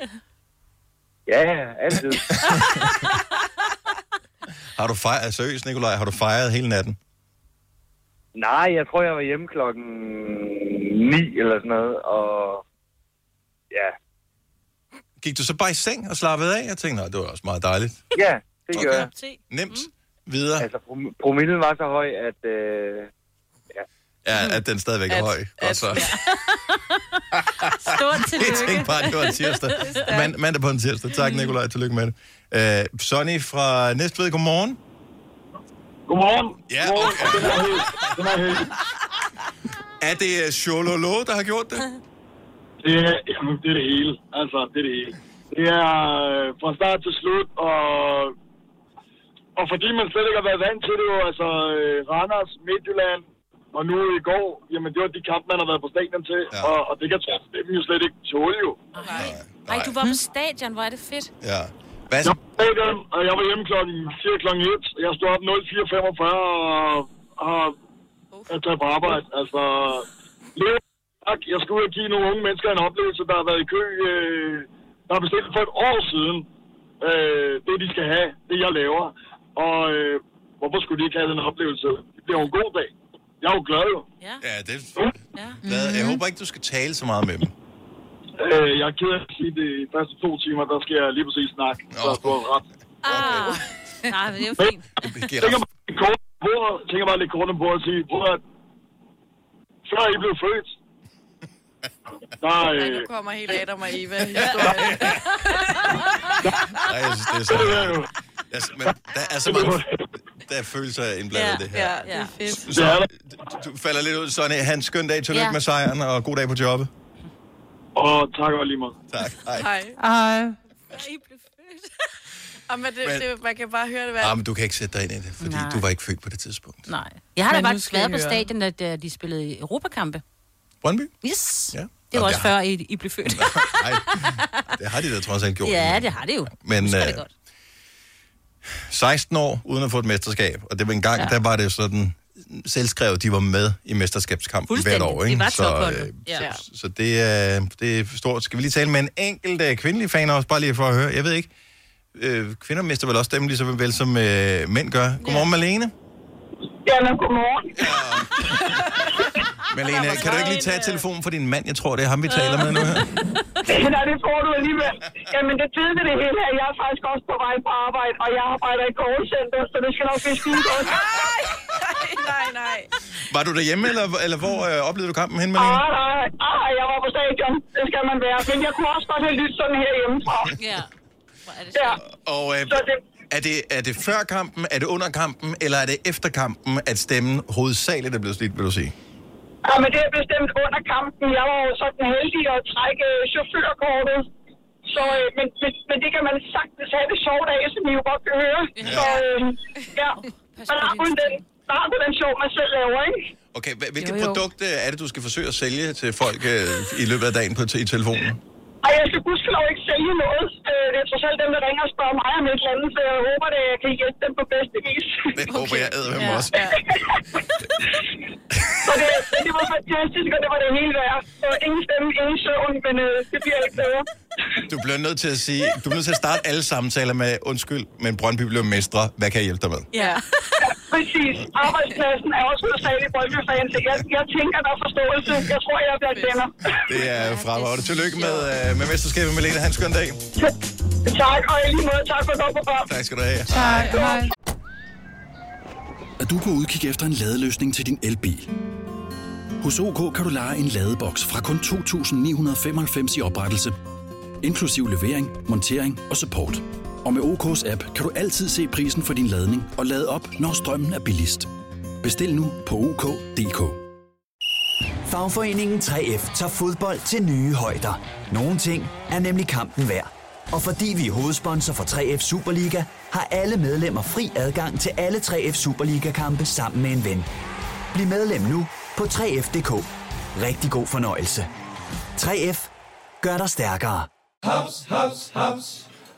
[SPEAKER 13] Ja, altid.
[SPEAKER 1] Har du fejret... altså, Seriøst, Nikolaj, har du fejret hele natten?
[SPEAKER 13] Nej, jeg tror, jeg var hjemme klokken 9 eller sådan noget, og ja,
[SPEAKER 1] Gik du så bare i seng og slappede af? Jeg tænkte, nej, det var også meget dejligt.
[SPEAKER 13] ja det gør jeg.
[SPEAKER 1] Nemt. Videre.
[SPEAKER 13] Altså, prom- promillen var så høj, at... Øh,
[SPEAKER 1] Ja, at den stadigvæk er
[SPEAKER 13] At-
[SPEAKER 1] høj. Godt så.
[SPEAKER 2] Stort tillykke.
[SPEAKER 1] Jeg tænkte bare, det var en tirsdag.
[SPEAKER 2] Det er stærkt. Mm.
[SPEAKER 1] Mand, mandag på en tirsdag. Tak, Nikolaj. Tillykke med det. Uh, Sonny fra Næstved, godmorgen.
[SPEAKER 14] Godmorgen.
[SPEAKER 1] Ja, okay. Er det øh, Chololo, der har gjort det?
[SPEAKER 14] Det er, jamen, det er det hele. Altså, det er det hele. Det er øh, fra start til slut, og, og fordi man slet ikke har været vant til det, jo, altså øh, Randers, Midtjylland, og nu i går, jamen det var de kampe, man har været på stadion til, ja. og, og det kan træffe jo slet ikke tåle jo.
[SPEAKER 2] Ej, du var på stadion, hvor er det fedt.
[SPEAKER 1] Ja. Hvad så?
[SPEAKER 14] Jeg var på stadion, og jeg var hjemme klokken 4 klokken 1, og jeg stod op 04.45 og har jeg taget på arbejde. Altså, leve- tak. Jeg skulle ud og give nogle unge mennesker en oplevelse, der har været i kø, øh, der er bestilt for et år siden. Øh, det, de skal have, det jeg laver. Og øh, hvorfor skulle de ikke have den oplevelse? Det bliver jo en god dag. Jeg er jo glad jo.
[SPEAKER 1] Ja, det Hvad, jeg håber ikke, du skal tale så meget med dem.
[SPEAKER 14] Øh, jeg er ked af at sige, at de første to timer, der skal jeg lige præcis snakke. Så du har ret.
[SPEAKER 2] Ah. Nej, men det er jo fint.
[SPEAKER 14] Jeg tænker bare lidt kort om bordet, tænker bare lidt kort om bordet og sige, prøv at før I blev født, der,
[SPEAKER 4] Nej,
[SPEAKER 14] øh,
[SPEAKER 4] nu kommer helt Adam og Eva historie.
[SPEAKER 1] Nej, jeg synes, det er så... Altså, men der er så mange... Der er følelser indblandet i det her.
[SPEAKER 4] Ja, det er fedt.
[SPEAKER 1] Så, du falder lidt ud, Sonny. Han, skøn dag. Tillykke
[SPEAKER 4] Ja.
[SPEAKER 1] med sejren, og god dag på jobbet.
[SPEAKER 14] Og tak og lige meget.
[SPEAKER 1] Tak. Hej.
[SPEAKER 4] Hej.
[SPEAKER 15] Hej.
[SPEAKER 4] I blev født. Jamen, det,
[SPEAKER 1] Men-
[SPEAKER 4] det, man kan bare høre det
[SPEAKER 1] Ah,
[SPEAKER 4] være.
[SPEAKER 1] men du kan ikke sætte dig ind i det, fordi
[SPEAKER 2] Nej.
[SPEAKER 1] du var ikke født på det tidspunkt.
[SPEAKER 2] Nej. Jeg har da
[SPEAKER 4] Men nu
[SPEAKER 2] faktisk
[SPEAKER 4] skal
[SPEAKER 2] været
[SPEAKER 4] I
[SPEAKER 2] på
[SPEAKER 4] høre.
[SPEAKER 2] stadion, da øh, de spillede i europakampe.
[SPEAKER 1] Brøndby?
[SPEAKER 2] Yes.
[SPEAKER 1] Ja.
[SPEAKER 2] Det var
[SPEAKER 1] Og
[SPEAKER 2] også
[SPEAKER 1] jeg-
[SPEAKER 2] før, I, I blev født.
[SPEAKER 1] Det har de da trods alt gjort.
[SPEAKER 2] ja, det har det jo.
[SPEAKER 1] Men
[SPEAKER 2] Husker det
[SPEAKER 1] øh,
[SPEAKER 2] godt.
[SPEAKER 1] 16 år uden at få et mesterskab, og det var en gang, ja. der var det sådan selvskrevet, de var med i mesterskabskampen hvert år. Ikke?
[SPEAKER 2] Det var
[SPEAKER 1] så, øh,
[SPEAKER 2] topholdet. Ja.
[SPEAKER 1] så det, er, det er stort. Skal vi lige tale med en enkelt øh, kvindelig fan også, bare lige for at høre. Jeg ved ikke, øh, kvinder mister vel også dem lige så vel, som øh, mænd gør. Godmorgen, ja. Malene.
[SPEAKER 6] Ja, men godmorgen.
[SPEAKER 1] Malene, kan du ikke lige tage telefonen for din mand? Jeg tror, det er ham, vi taler med nu her.
[SPEAKER 6] Nej, det tror du alligevel. Jamen, det tyder det hele her. Jeg er faktisk også på vej på arbejde, og jeg arbejder i callcenter, så det skal nok blive skide godt.
[SPEAKER 4] Nej, nej.
[SPEAKER 1] Var du derhjemme, eller, eller hvor øh, oplevede du kampen hen, Malene?
[SPEAKER 6] Ah, nej. Ah, jeg var på stadion. Det skal man være. Men jeg kunne også godt have lyttet sådan her hjemmefra.
[SPEAKER 2] Ja.
[SPEAKER 6] Ja.
[SPEAKER 1] Og øh, er, det, er det før kampen, er det under kampen, eller er det efter kampen, at stemmen hovedsageligt er blevet slidt, vil du sige?
[SPEAKER 6] Ja, men det er bestemt under kampen. Jeg var jo sådan heldig at trække øh, chaufførkortet. Så, øh, men, men, men, det kan man sagtens have det sjovt af, som I jo godt kan høre. Ja. Så øh, ja, man har kun den, man har kun den sjov, man selv laver, ikke?
[SPEAKER 1] Okay, hva- hvilket
[SPEAKER 6] Jo, jo.
[SPEAKER 1] produkt øh, er det, du skal forsøge at sælge til folk øh, i løbet af dagen på t- i telefonen?
[SPEAKER 6] Ej, jeg skal gudskelov ikke sælge noget. Øh, Det er trods alt dem, der ringer og spørger mig om et eller andet, så jeg håber, at jeg kan hjælpe dem på bedste vis.
[SPEAKER 1] Det håber jeg æder med
[SPEAKER 6] Ja,
[SPEAKER 1] mig også.
[SPEAKER 6] Så det, men det var fantastisk, og det var det hele værd. Og ingen stemme, ingen søvn, men øh, det bliver ikke bedre.
[SPEAKER 1] Du bliver nødt til at sige, du bliver nødt til at starte alle samtaler med, undskyld, men Brøndby blev mestre. Hvad kan jeg hjælpe dig med?
[SPEAKER 6] Ja. Præcis. Arbejdspladsen er også hovedsageligt Brøndby-fans. Jeg, jeg tænker, der er forståelse. Jeg tror, jeg bliver venner.
[SPEAKER 1] Det er fremragende. Tillykke med, øh, med mesterskabet, Malene. Ha' en skøn dag.
[SPEAKER 6] Tak, og i lige måde, tak for at gå på program.
[SPEAKER 1] Tak skal du have.
[SPEAKER 15] Tak, hej.
[SPEAKER 10] Er du på udkig efter en ladeløsning til din elbil? Hos OK kan du lege en ladeboks fra kun 2.995 i oprettelse, inklusiv levering, montering og support. Og med OK's app kan du altid se prisen for din ladning og lade op, når strømmen er billigst. Bestil nu på OK.dk.
[SPEAKER 16] Fagforeningen 3F tager fodbold til nye højder. Nogle ting er nemlig kampen værd. Og fordi vi er hovedsponsor for 3F Superliga, har alle medlemmer fri adgang til alle 3F Superliga-kampe sammen med en ven. Bliv medlem nu på 3F.dk. Rigtig god fornøjelse. 3F gør dig stærkere.
[SPEAKER 17] Haps, haps, haps.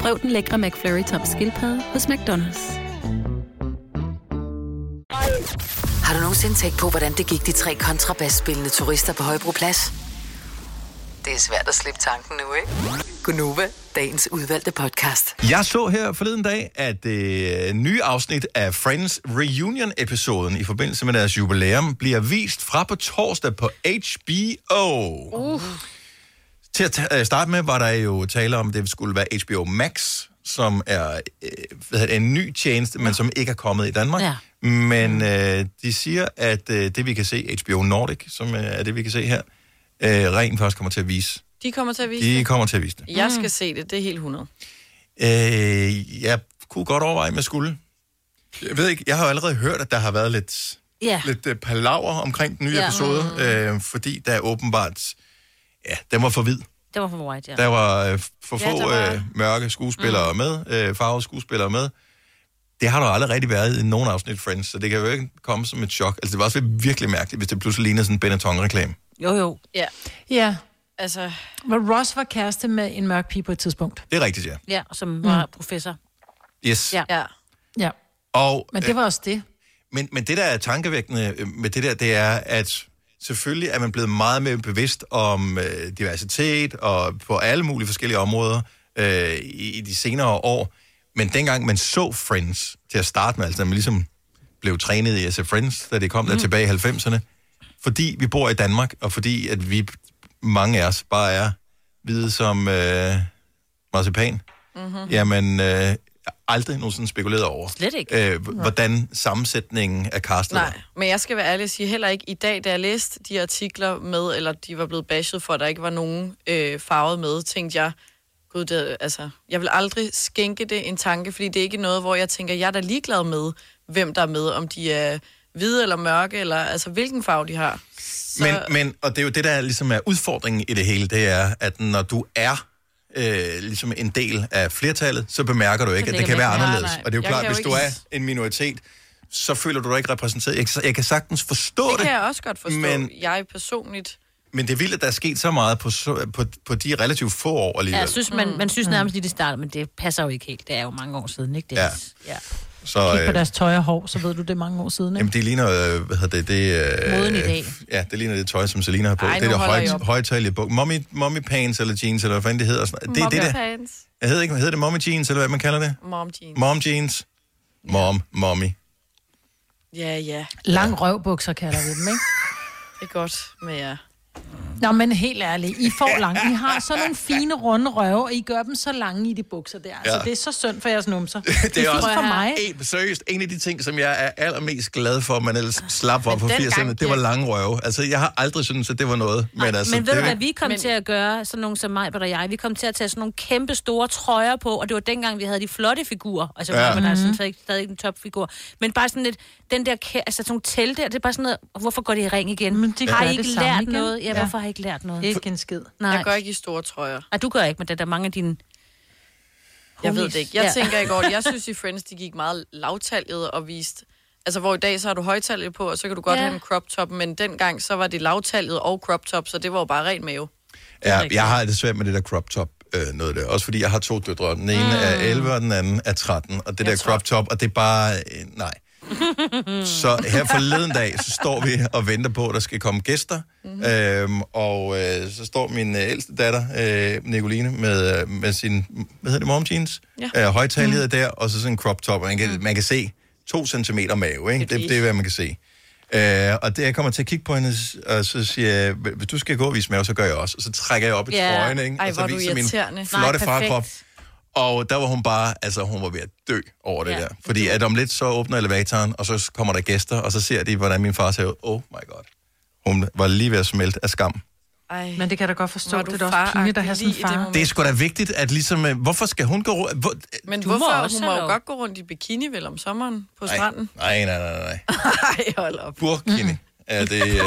[SPEAKER 18] Prøv den lækre McFlurry tom skildpadde hos McDonald's.
[SPEAKER 7] Har du nogensinde tænkt på, hvordan det gik de tre kontrabasspillende turister på Højbroplads? Det er svært at slippe tanken nu, ikke? Gunova, dagens udvalgte podcast.
[SPEAKER 1] Jeg så her forleden dag, at det øh, nye afsnit af Friends Reunion-episoden i forbindelse med deres jubilæum bliver vist fra på torsdag på HBO. Uh. Til at ta- øh, starte med var der jo tale om, at det skulle være HBO Max, som er øh, hvad hedder det, en ny tjeneste, men som ikke er kommet i Danmark. Ja. Men øh, de siger, at øh, det vi kan se, HBO Nordic, som øh, er det vi kan se her, øh, rent først kommer til at vise.
[SPEAKER 4] De kommer til at vise
[SPEAKER 1] De
[SPEAKER 4] det.
[SPEAKER 1] kommer til at vise det.
[SPEAKER 4] Jeg skal se det, det er helt 100.
[SPEAKER 1] Øh, jeg kunne godt overveje, om jeg skulle. Jeg ved ikke, jeg har jo allerede hørt, at der har været lidt,
[SPEAKER 2] Ja.
[SPEAKER 1] lidt øh, palaver omkring den nye
[SPEAKER 2] Ja.
[SPEAKER 1] ja. episode, øh, fordi der er åbenbart, ja, den var for vid.
[SPEAKER 2] Det var for white, ja.
[SPEAKER 1] Der var øh, for
[SPEAKER 2] Ja,
[SPEAKER 1] få
[SPEAKER 2] der
[SPEAKER 1] var...
[SPEAKER 2] var-
[SPEAKER 1] Øh, mørke skuespillere mm. med, øh, farvede skuespillere med. Det har der jo aldrig rigtig været i nogen afsnit af Friends, så det kan jo ikke komme som et chok. Altså, det var også virkelig mærkeligt, hvis det pludselig ligner sådan en Benetton-reklame.
[SPEAKER 2] Jo, jo.
[SPEAKER 4] Ja.
[SPEAKER 3] Ja.
[SPEAKER 4] Altså...
[SPEAKER 3] Hvor Ross var kæreste med en mørk pige på et tidspunkt.
[SPEAKER 1] Det er rigtigt, ja.
[SPEAKER 2] Ja, som var mm. professor.
[SPEAKER 1] Yes.
[SPEAKER 2] Ja.
[SPEAKER 4] ja.
[SPEAKER 3] Ja.
[SPEAKER 1] Og,
[SPEAKER 3] Men det var også det.
[SPEAKER 1] Men, men det, der er tankevækkende øh, med det der, det er, at selvfølgelig er man blevet meget mere bevidst om øh, diversitet og på alle mulige forskellige områder øh, i, i de senere år. Men dengang man så Friends til at starte med, altså da man ligesom blev trænet i at se Friends, da det kom mm. der tilbage i 90'erne, fordi vi bor i Danmark, og fordi at vi, mange af os, bare er hvide som øh, marcipan,
[SPEAKER 6] Mhm.
[SPEAKER 2] Mm-hmm.
[SPEAKER 1] jamen øh, aldrig nogensinde spekuleret over.
[SPEAKER 4] Slet ikke.
[SPEAKER 1] Øh, h- hvordan sammensætningen af castet er.
[SPEAKER 4] Nej, men jeg skal være ærlig og sige, heller ikke i dag, da jeg læste de artikler med, eller de var blevet bashed for, at der ikke var nogen øh, farvet med, tænkte jeg, gud, det, er- altså, jeg vil aldrig skænke det en tanke, fordi det er ikke noget, hvor jeg tænker, jeg er da ligeglad med, hvem der er med, om de er hvide eller mørke, eller altså hvilken farve de har. Så,
[SPEAKER 1] Men, men, og det er jo det, der ligesom er udfordringen i det hele, det er, at når du er øh, ligesom en del af flertallet, så bemærker du
[SPEAKER 19] Så
[SPEAKER 1] ikke, at det
[SPEAKER 19] lægger
[SPEAKER 1] kan
[SPEAKER 19] man
[SPEAKER 1] være
[SPEAKER 19] ikke mærke.
[SPEAKER 1] anderledes.
[SPEAKER 19] Nej, nej.
[SPEAKER 1] Og det er jo
[SPEAKER 19] Jeg
[SPEAKER 1] klart,
[SPEAKER 19] kan jo
[SPEAKER 1] hvis du
[SPEAKER 19] ikke-
[SPEAKER 1] er en minoritet, så føler du dig ikke repræsenteret. Jeg kan, jeg kan sagtens forstå
[SPEAKER 4] det
[SPEAKER 1] det,
[SPEAKER 4] kan jeg også godt forstå.
[SPEAKER 1] men-
[SPEAKER 4] Men, jeg
[SPEAKER 1] øh,
[SPEAKER 4] personligt...
[SPEAKER 1] men det er vildt, at der er sket så meget på, så, på, på de relativt få år alligevel.
[SPEAKER 2] Ja, jeg synes,
[SPEAKER 1] Mm.
[SPEAKER 2] man, man synes nærmest lige det startede, men det passer jo ikke helt. Det er jo mange år siden, ikke? Det er,
[SPEAKER 1] Ja.
[SPEAKER 2] ja.
[SPEAKER 1] Så,
[SPEAKER 3] Kig på
[SPEAKER 1] øh,
[SPEAKER 3] deres tøj og hår, så ved du det er mange år siden, ikke?
[SPEAKER 1] Jamen, det ligner, øh, hvad hedder det, det øh,
[SPEAKER 3] Moden i dag.
[SPEAKER 1] Ja, det ligner det tøj, som Selina har på.
[SPEAKER 3] Ej,
[SPEAKER 1] det
[SPEAKER 3] nu
[SPEAKER 1] er der
[SPEAKER 3] holder I
[SPEAKER 1] høj,
[SPEAKER 3] op.
[SPEAKER 1] højtalige buk. Mommy, mommy pants eller jeans, eller hvad fanden det hedder. og Sådan. noget. Det er det, der.
[SPEAKER 4] Pants.
[SPEAKER 1] Jeg hedder ikke, hedder det mommy jeans, eller hvad man kalder det?
[SPEAKER 4] Mom jeans.
[SPEAKER 1] Mom jeans. Mom, mommy.
[SPEAKER 4] Ja, ja.
[SPEAKER 3] Lang røvbukser kalder vi dem, ikke?
[SPEAKER 4] Det er godt med jer.
[SPEAKER 3] Nå, men helt ærligt, I får langt. I har sådan nogle fine runde røve, og I gør dem så lange i de bukser der. Ja. Altså,
[SPEAKER 1] Ja.
[SPEAKER 3] det er så synd for jeres numser.
[SPEAKER 1] Det er også
[SPEAKER 3] for mig.
[SPEAKER 1] En, seriøst, en af de ting, som jeg er allermest glad for, man ellers slap for for
[SPEAKER 2] dengang,
[SPEAKER 1] 80'erne, det var lange røve. Altså, jeg har aldrig syntes, at det var noget. Men, altså,
[SPEAKER 2] men ved du
[SPEAKER 1] det,
[SPEAKER 2] hvad, vi kom men... til at gøre, sådan nogle som mig, og jeg, vi kom til at tage sådan nogle kæmpe store trøjer på, og det var dengang, vi havde de flotte figurer, altså
[SPEAKER 1] Ja.
[SPEAKER 2] ja. man er sådan,
[SPEAKER 1] Mhm.
[SPEAKER 2] stadig, stadig ikke en topfigur, men bare sådan lidt, den der, kæ- altså sådan nogle telte, det er bare sådan noget, hvorfor går det i ring igen? Men
[SPEAKER 3] det
[SPEAKER 2] har
[SPEAKER 3] gør
[SPEAKER 2] I
[SPEAKER 3] det
[SPEAKER 2] ikke
[SPEAKER 3] samme
[SPEAKER 2] lært
[SPEAKER 3] igen.
[SPEAKER 2] noget? Ja,
[SPEAKER 3] Ja.
[SPEAKER 2] hvorfor har I ikke lært noget?
[SPEAKER 3] Ikke en skid.
[SPEAKER 2] Nej.
[SPEAKER 4] Jeg går ikke i store trøjer.
[SPEAKER 2] Nej, du gør ikke, men det er der mange af dine...
[SPEAKER 4] Jeg ved
[SPEAKER 2] homies.
[SPEAKER 4] det ikke. Jeg
[SPEAKER 2] Ja.
[SPEAKER 4] tænker ikke over det. Jeg synes i Friends, de gik meget lavtallet og viste... Altså, hvor i dag, så har du højtallet på, og så kan du godt
[SPEAKER 2] Ja.
[SPEAKER 4] have en crop top, men dengang, så var det lavtallet og crop top, så det var jo bare ren mave.
[SPEAKER 1] Ja, jeg har det svært med det der crop top øh, noget der. Også fordi jeg har to døtre. Den ene mm. er 11, og den anden er 13. Og det der crop top, og det Mm. er bare... Øh, nej. Så her forleden dag, så står vi og venter på, at der skal komme gæster. Mm-hmm. Øhm, og øh, så står min øh, ældste datter, øh, Nicoline, med, øh, med sin, hvad hedder det, mom jeans?
[SPEAKER 19] Ja.
[SPEAKER 1] Øh, højtalhed mm. der, og så sådan en crop top. Og man kan, mm. man kan se to centimeter mave, ikke? Det, det er, hvad man kan se. Øh, og det, jeg kommer til at kigge på hende, og så siger jeg, hvis du skal gå og vise mave, så gør jeg også. Og så trækker jeg op i
[SPEAKER 4] Ja.
[SPEAKER 1] trøjen, ikke?
[SPEAKER 4] Ej,
[SPEAKER 1] og så
[SPEAKER 4] hvor er du
[SPEAKER 1] viser
[SPEAKER 4] irriterende.
[SPEAKER 1] min
[SPEAKER 4] Nej,
[SPEAKER 1] flotte
[SPEAKER 4] perfekt.
[SPEAKER 1] farkrop. Og der var hun bare, altså hun var ved at dø over det
[SPEAKER 4] Ja.
[SPEAKER 1] ja. der. Fordi at om lidt så åbner elevatoren, og så kommer der gæster, og så ser de, hvordan min far ser ud. Oh my god. Hun var lige ved at smelte af skam.
[SPEAKER 4] Ej,
[SPEAKER 3] Men det kan jeg da godt forstå.
[SPEAKER 4] var
[SPEAKER 3] Det
[SPEAKER 4] du
[SPEAKER 3] er da også pinligt at have sådan en
[SPEAKER 4] faragtig lige i det
[SPEAKER 3] far.
[SPEAKER 1] Det er sgu da vigtigt, at ligesom... øh, Hvorfor skal hun gå... ru- Hvor,
[SPEAKER 4] Men
[SPEAKER 3] Du
[SPEAKER 4] du
[SPEAKER 3] må
[SPEAKER 4] hvorfor?
[SPEAKER 3] også
[SPEAKER 4] Må hun
[SPEAKER 3] have
[SPEAKER 4] må jo
[SPEAKER 3] lov.
[SPEAKER 4] godt gå rundt i bikini vel om sommeren på stranden.
[SPEAKER 1] nej, nej, nej, nej.
[SPEAKER 4] Nej, hold op.
[SPEAKER 1] Burkini. Er det... Øh,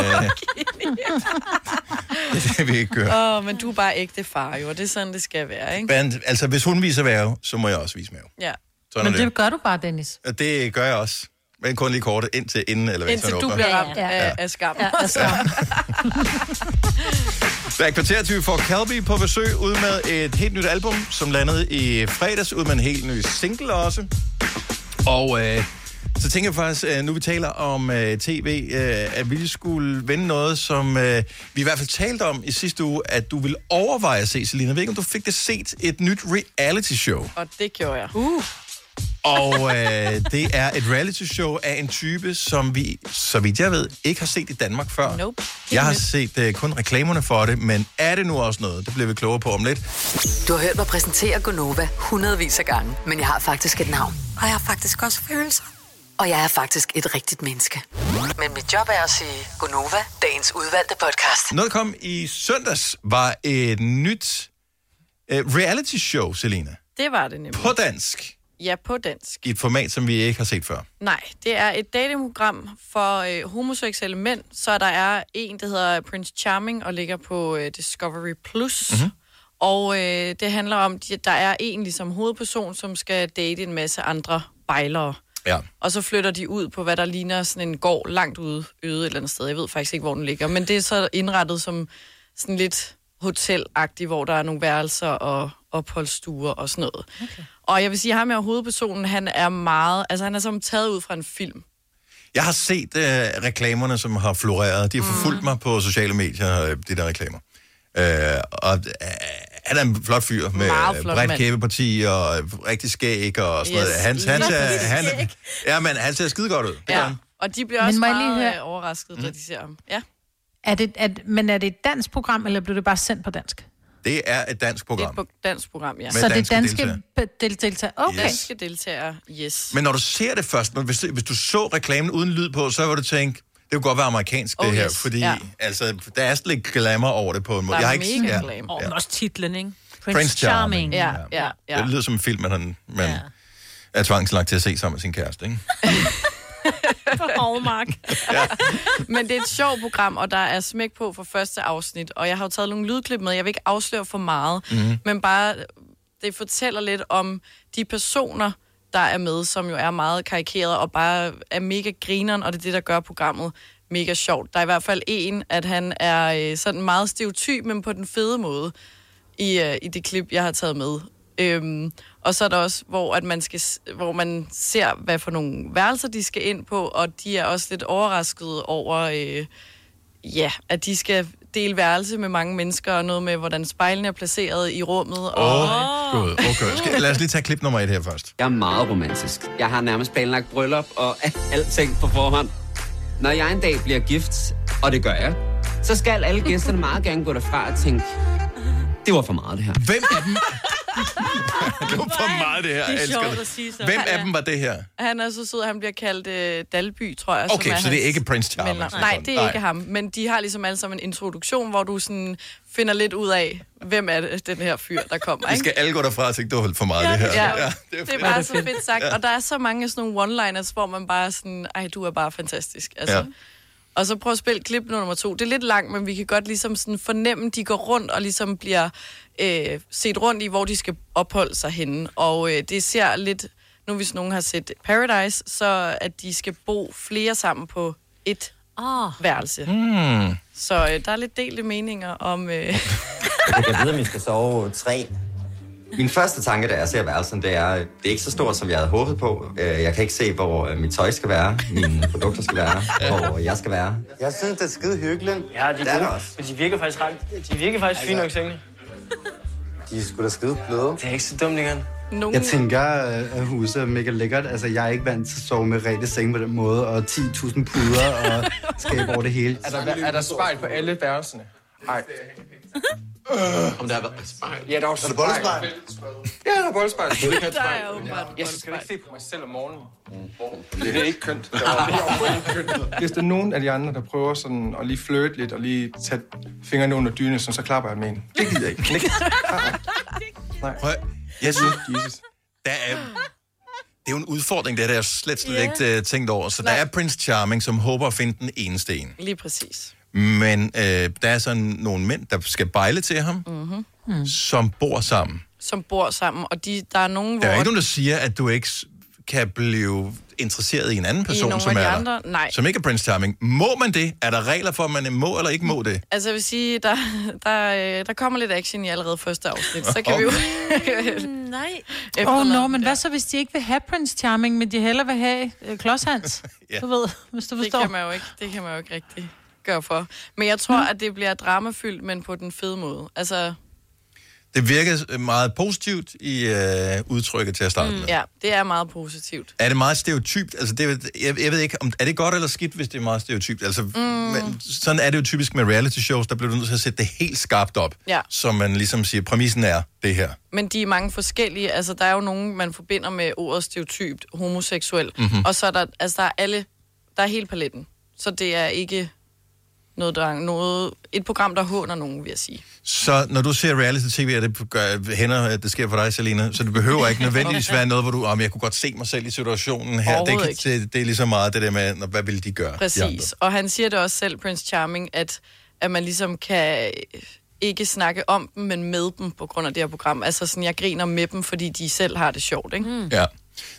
[SPEAKER 1] det vil jeg ikke gøre.
[SPEAKER 4] Åh, oh, men du er bare ægte far, jo. og Det er sådan, det skal være, ikke?
[SPEAKER 1] Men, altså, hvis hun viser værve, så må jeg også vise mave.
[SPEAKER 4] Ja.
[SPEAKER 1] Sådan
[SPEAKER 3] Men
[SPEAKER 1] er det.
[SPEAKER 3] det gør du bare, Dennis.
[SPEAKER 1] Og Det gør jeg også. Men kun lige kort indtil inden, eller hvad
[SPEAKER 4] Indtil
[SPEAKER 1] sådan
[SPEAKER 4] du
[SPEAKER 1] åbner.
[SPEAKER 4] bliver ramt
[SPEAKER 3] Ja, ja.
[SPEAKER 4] af, af skam. Ja,
[SPEAKER 1] Der er kvarter 20 for Calby på besøg ud med et helt nyt album, som landede i fredags, ud med en helt ny single også. Og øh, så tænker jeg faktisk, øh, nu vi taler om øh, tv, øh, at vi lige skulle vende noget, som øh, vi i hvert fald talte om i sidste uge, at du ville overveje at se, Selina. Jeg ved ikke, om du fik det set et nyt reality show.
[SPEAKER 4] Og det gjorde jeg. Uh.
[SPEAKER 1] Og øh, det er et reality show af en type, som vi, så vidt jeg ved, ikke har set i Danmark før.
[SPEAKER 4] Nope.
[SPEAKER 1] Jeg har set øh, kun reklamerne for det, men er det nu også noget? Det bliver vi klogere på om lidt.
[SPEAKER 7] Du har hørt mig præsentere Gonova hundredvis af gange, men jeg har faktisk et navn.
[SPEAKER 20] Og jeg har faktisk også følelser.
[SPEAKER 7] Og jeg er faktisk et rigtigt menneske. Men mit job er at sige Gonova, dagens udvalgte podcast.
[SPEAKER 1] Noget, der kom i søndags, var et nyt øh, reality show, Selena.
[SPEAKER 4] Det var det nemlig.
[SPEAKER 1] På dansk.
[SPEAKER 4] Ja, på dansk.
[SPEAKER 1] I et format, som vi ikke har set før.
[SPEAKER 4] Nej, det er et datingprogram for øh, homoseksuelle mænd, så der er en, der hedder Prince Charming og ligger på øh, Discovery+. Plus. Mm-hmm. Og øh, det handler om, at der er en ligesom hovedperson, som skal date en masse andre bejlere.
[SPEAKER 1] Ja.
[SPEAKER 4] Og så flytter de ud på, hvad der ligner sådan en gård langt ude, øde et eller andet sted. Jeg ved faktisk ikke, hvor den ligger. Men det er så indrettet som sådan lidt hotelagtigt, hvor der er nogle værelser og opholdsstuer og sådan noget. Okay. Og jeg vil sige, at ham her hovedpersonen, han er meget... Altså, han er som taget ud fra en film.
[SPEAKER 1] Jeg har set øh, reklamerne, som har floreret. De har forfulgt mig på sociale medier, øh, de der reklamer. Øh, og øh, han er en flot fyr med
[SPEAKER 4] Meget
[SPEAKER 1] øh,
[SPEAKER 4] flot
[SPEAKER 1] bredt
[SPEAKER 4] mand.
[SPEAKER 1] kæbeparti og øh, rigtig skæg og sådan yes, noget.
[SPEAKER 4] Yes,
[SPEAKER 1] Hans, hans,
[SPEAKER 4] lige
[SPEAKER 1] er,
[SPEAKER 4] præcis
[SPEAKER 1] han,
[SPEAKER 4] skæg.
[SPEAKER 1] ja, men han ser skide godt ud. Det gør
[SPEAKER 4] Ja.
[SPEAKER 1] han.
[SPEAKER 4] Og de bliver
[SPEAKER 3] Men
[SPEAKER 4] også
[SPEAKER 3] må jeg lige
[SPEAKER 4] meget
[SPEAKER 3] høre-
[SPEAKER 4] øh, overrasket, mm. da de ser ham. Ja.
[SPEAKER 3] Er det, at, men er det et dansk program, eller blev det bare sendt på dansk?
[SPEAKER 1] Det er et dansk program.
[SPEAKER 4] På dansk program, ja.
[SPEAKER 1] Med
[SPEAKER 3] så det er
[SPEAKER 1] danske
[SPEAKER 3] danske
[SPEAKER 1] deltagere.
[SPEAKER 3] p- deltagere. Okay. Yes.
[SPEAKER 4] Danske deltagere, yes.
[SPEAKER 1] Men når du ser det først, når, hvis, du, hvis du så reklamen uden lyd på, så vil du tænke, det kunne godt være amerikansk, det
[SPEAKER 2] Oh,
[SPEAKER 1] her.
[SPEAKER 2] yes.
[SPEAKER 1] Fordi
[SPEAKER 2] Ja.
[SPEAKER 1] altså, der er sådan lidt glamour over det på en måde.
[SPEAKER 2] Der er
[SPEAKER 1] jeg har ikke,
[SPEAKER 2] mega
[SPEAKER 1] ja,
[SPEAKER 2] glamour.
[SPEAKER 1] ja.
[SPEAKER 2] Og også titlen, ikke?
[SPEAKER 1] Prince Prince Charming. Charming.
[SPEAKER 2] Ja, ja, ja.
[SPEAKER 1] Det lyder som en film, man, man ja. er tvangslagt til at se sammen med sin kæreste. Ikke?
[SPEAKER 4] på Hallmark. Men det er et sjovt program, og der er smæk på for første afsnit. Og jeg har jo taget nogle lydklip med. Jeg vil ikke afsløre for meget,
[SPEAKER 6] Mhm.
[SPEAKER 4] mm. men bare det fortæller lidt om de personer, der er med, som jo er meget karikerede og bare er mega grineren, og det er det, der gør programmet mega sjovt. Der er i hvert fald en, at han er øh, sådan meget stereotyp, men på den fede måde i, øh, i det klip, jeg har taget med. Øhm, og så er der også, hvor, at man skal, s- hvor man ser, hvad for nogle værelser de skal ind på, og de er også lidt overrasket over, øh, ja, at de skal dele værelse med mange mennesker, og noget med, hvordan spejlene er placeret i rummet.
[SPEAKER 1] Åh,
[SPEAKER 4] Og,
[SPEAKER 1] oh, god. Okay. Skal, lad os lige tage klip nummer et her først.
[SPEAKER 19] Jeg er meget romantisk. Jeg har nærmest planlagt bryllup og alting på forhånd. Når jeg en dag bliver gift, og det gør jeg, så skal alle gæsterne meget gerne gå derfra og tænke, det var for meget det her.
[SPEAKER 1] Hvem af dem? det var for meget det her.
[SPEAKER 4] Det er
[SPEAKER 1] jeg elsker
[SPEAKER 4] sjovt
[SPEAKER 1] det.
[SPEAKER 4] at sige så.
[SPEAKER 1] Hvem
[SPEAKER 4] Han
[SPEAKER 1] af
[SPEAKER 4] er-
[SPEAKER 1] dem var det her?
[SPEAKER 4] han er så sød, han bliver kaldt øh, Dalby, tror jeg. som
[SPEAKER 1] Okay, så
[SPEAKER 4] hans-
[SPEAKER 1] det er ikke Prince altså. Charming.
[SPEAKER 4] Men,
[SPEAKER 1] som
[SPEAKER 4] nej,
[SPEAKER 1] sådan.
[SPEAKER 4] det er ikke ham. Men de har ligesom alle sammen en introduktion, hvor du sådan finder lidt ud af, hvem er det, den her fyr, der kommer.
[SPEAKER 1] Vi
[SPEAKER 4] Ikke?
[SPEAKER 1] skal alle gå derfra og tænke, det var for meget det her.
[SPEAKER 4] Ja, ja. Det, er det er bare
[SPEAKER 1] fedt.
[SPEAKER 4] så fedt sagt. Og der er så mange sådan nogle one-liners, hvor man bare er sådan, ej, du er bare fantastisk. Altså.
[SPEAKER 1] Ja.
[SPEAKER 4] Ja. Og så prøv at spille klip nummer to. Det er lidt langt, men vi kan godt ligesom sådan fornemme, de går rundt og ligesom bliver øh, set rundt i, hvor de skal opholde sig henne. Og øh, det ser lidt, nu hvis nogen har set Paradise, så at de skal bo flere sammen på et oh. værelse.
[SPEAKER 1] Mm.
[SPEAKER 21] Hmm.
[SPEAKER 4] Så øh, der er lidt delte meninger om... Øh,
[SPEAKER 21] Jeg kan vide, om jeg skal sove tre. Min første tanke, da jeg ser værelsen, det er, det er ikke så stort, som jeg havde håbet på. Øh, Jeg kan ikke se, hvor øh, mit tøj skal være, mine produkter skal være, hvor øh, jeg skal være. Jeg synes, det er skide
[SPEAKER 22] Ja,
[SPEAKER 21] hyggeligt.
[SPEAKER 22] de
[SPEAKER 21] Det
[SPEAKER 22] er
[SPEAKER 21] er det
[SPEAKER 22] gode,
[SPEAKER 21] også.
[SPEAKER 22] men de virker faktisk ret. De virker faktisk fine nok i sengen.
[SPEAKER 21] De er sgu da skide bløde. Det er ikke så dumt, længere.
[SPEAKER 4] Nogen...
[SPEAKER 23] Jeg tænker, øh, at huset er mega lækkert. Altså, jeg er ikke vant til at sove med rette seng på den måde, og 10.000 puder og skab over det hele.
[SPEAKER 21] Altså,
[SPEAKER 22] Er der, er der spejl på alle værelserne? Nej.
[SPEAKER 19] Om der har været spejl. Ja, der
[SPEAKER 22] også
[SPEAKER 19] er bollespejl. Ja, der er bollespejl.
[SPEAKER 22] Der er
[SPEAKER 19] Der er jo
[SPEAKER 22] åbenbart Jeg skal ikke se på mig selv om morgenen. Det er ikke kønt.
[SPEAKER 24] Hvis der er nogen af de andre, der prøver sådan at lige flirte lidt og lige tage fingrene under dynen, sådan, så klapper jeg med en. Det gider jeg ikke. Nej.
[SPEAKER 1] Nej. Prøv, at- jeg synes, der er, det er jo en udfordring, det har jeg slet, slet
[SPEAKER 4] Ja.
[SPEAKER 1] ikke øh, tænkt over. Så Nej. der er Prince Charming, som håber at finde den eneste en.
[SPEAKER 4] Lige præcis.
[SPEAKER 1] Men øh, der er sådan nogle mænd, der skal bejle til ham,
[SPEAKER 4] Mm-hmm.
[SPEAKER 1] mm. som bor sammen.
[SPEAKER 4] Som bor sammen, og de, der er nogen,
[SPEAKER 1] Der er
[SPEAKER 4] hvor...
[SPEAKER 1] ikke nogen, der siger, at du ikke s- kan blive interesseret i en anden person,
[SPEAKER 4] nogle
[SPEAKER 1] som
[SPEAKER 4] af de
[SPEAKER 1] er
[SPEAKER 4] andre?
[SPEAKER 1] der.
[SPEAKER 4] Nej.
[SPEAKER 1] Som ikke er Prince Charming. Må man det? Er der regler for, at man må eller ikke må det?
[SPEAKER 4] Altså, jeg vil sige, der, der, øh, der kommer lidt action i allerede første afsnit, så kan vi jo...
[SPEAKER 3] Nej.
[SPEAKER 4] Efter
[SPEAKER 3] Åh, oh,
[SPEAKER 4] noget.
[SPEAKER 3] no, men hvad så, hvis de ikke vil have Prince Charming, men de hellere vil have øh, Klods Hans?
[SPEAKER 1] ja.
[SPEAKER 3] Du ved, hvis du forstår.
[SPEAKER 4] Det kan man jo ikke, det kan man jo ikke rigtig gøre for. Men jeg
[SPEAKER 3] Mm.
[SPEAKER 4] tror, at det bliver dramafyldt, men på den fede måde. Altså,
[SPEAKER 1] Det virker meget positivt i øh, udtrykket til at starte mm. med.
[SPEAKER 4] ja, det er meget positivt.
[SPEAKER 1] Er det meget stereotypt? Altså, det, er- jeg, jeg ved ikke, om, er det godt eller skidt, hvis det er meget stereotypt? Altså, mm. men, sådan er det jo typisk med reality shows, der bliver du nødt til at sætte det helt skarpt op.
[SPEAKER 4] Ja.
[SPEAKER 1] Så man ligesom siger, præmissen er det her.
[SPEAKER 4] Men de er mange forskellige. Altså, der er jo nogen, man forbinder med ordet stereotypt, homoseksuel.
[SPEAKER 1] Mhm.
[SPEAKER 4] Mm-hmm. Og så er der, altså, der er alle, der er hele paletten. Så det er ikke noget, der er noget, et program, der håner nogen, vil jeg sige.
[SPEAKER 1] Så når du ser reality-tv, og det gør, hænder, at det sker for dig, Selina, så det behøver ikke nødvendigvis være noget, hvor du, om jeg kunne godt se mig selv i situationen her. Det,
[SPEAKER 4] Overhovedet
[SPEAKER 1] kan- det, det er ligesom meget det der med, "Nå, hvad ville de gøre? de andre?"
[SPEAKER 4] Præcis. Og han siger det også selv, Prince Charming, at, at man ligesom kan øh, ikke snakke om dem, men med dem på grund af det her program. Altså sådan, jeg griner med dem, fordi de selv har det sjovt, ikke? Mm.
[SPEAKER 1] Ja.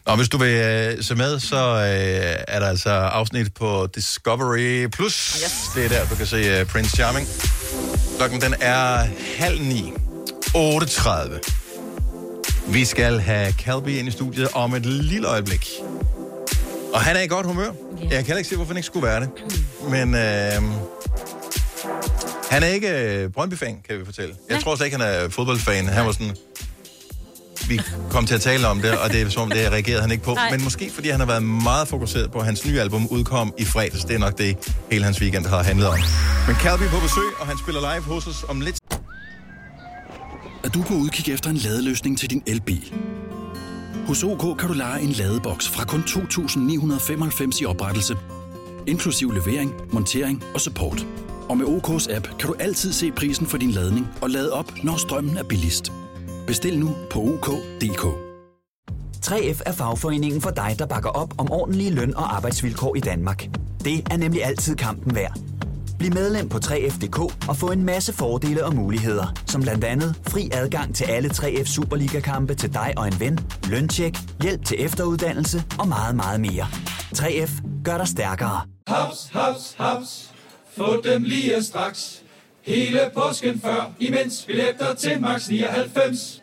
[SPEAKER 1] Nå, hvis du vil øh, se med, så øh, er der altså afsnit på Discovery+. Plus. Yes. Det er der, du kan se øh, Prince Charming. Klokken den er halv ni. 8.30. Vi skal have Calby ind i studiet om et lille øjeblik. Og han er i godt humør. Jeg kan heller ikke se, hvorfor han ikke skulle være det. Men øh, han er ikke øh, Brøndby-fan, kan vi fortælle. Jeg tror slet ikke, han er fodboldfan. Han var sådan, vi kom til at tale om det, og det er som om, det reagerede han ikke på.
[SPEAKER 25] Nej.
[SPEAKER 1] Nej. Men måske fordi han har været meget fokuseret på, at hans nye album udkom i fredags. Det er nok det, hele hans weekend har handlet om. Men Calby er på besøg, og han spiller live hos os om lidt.
[SPEAKER 10] Er du på udkig efter en ladeløsning til din elbil? Hos OK kan du lege en ladeboks fra kun 2.995 i oprettelse, inklusiv levering, montering og support. Og med OK's app kan du altid se prisen for din ladning og lade op, når strømmen er billigst. Bestil nu på OK.dk.
[SPEAKER 16] 3F er fagforeningen for dig, der bakker op om ordentlige løn- og arbejdsvilkår i Danmark. Det er nemlig altid kampen værd. Bliv medlem på 3F.dk og få en masse fordele og muligheder, som blandt andet fri adgang til alle 3F Superliga-kampe til dig og en ven, løntjek, hjælp til efteruddannelse og meget, meget mere. 3F gør dig stærkere.
[SPEAKER 17] Haps, haps, haps. Få dem lige straks. Hele påsken før, imens billetter til max 99.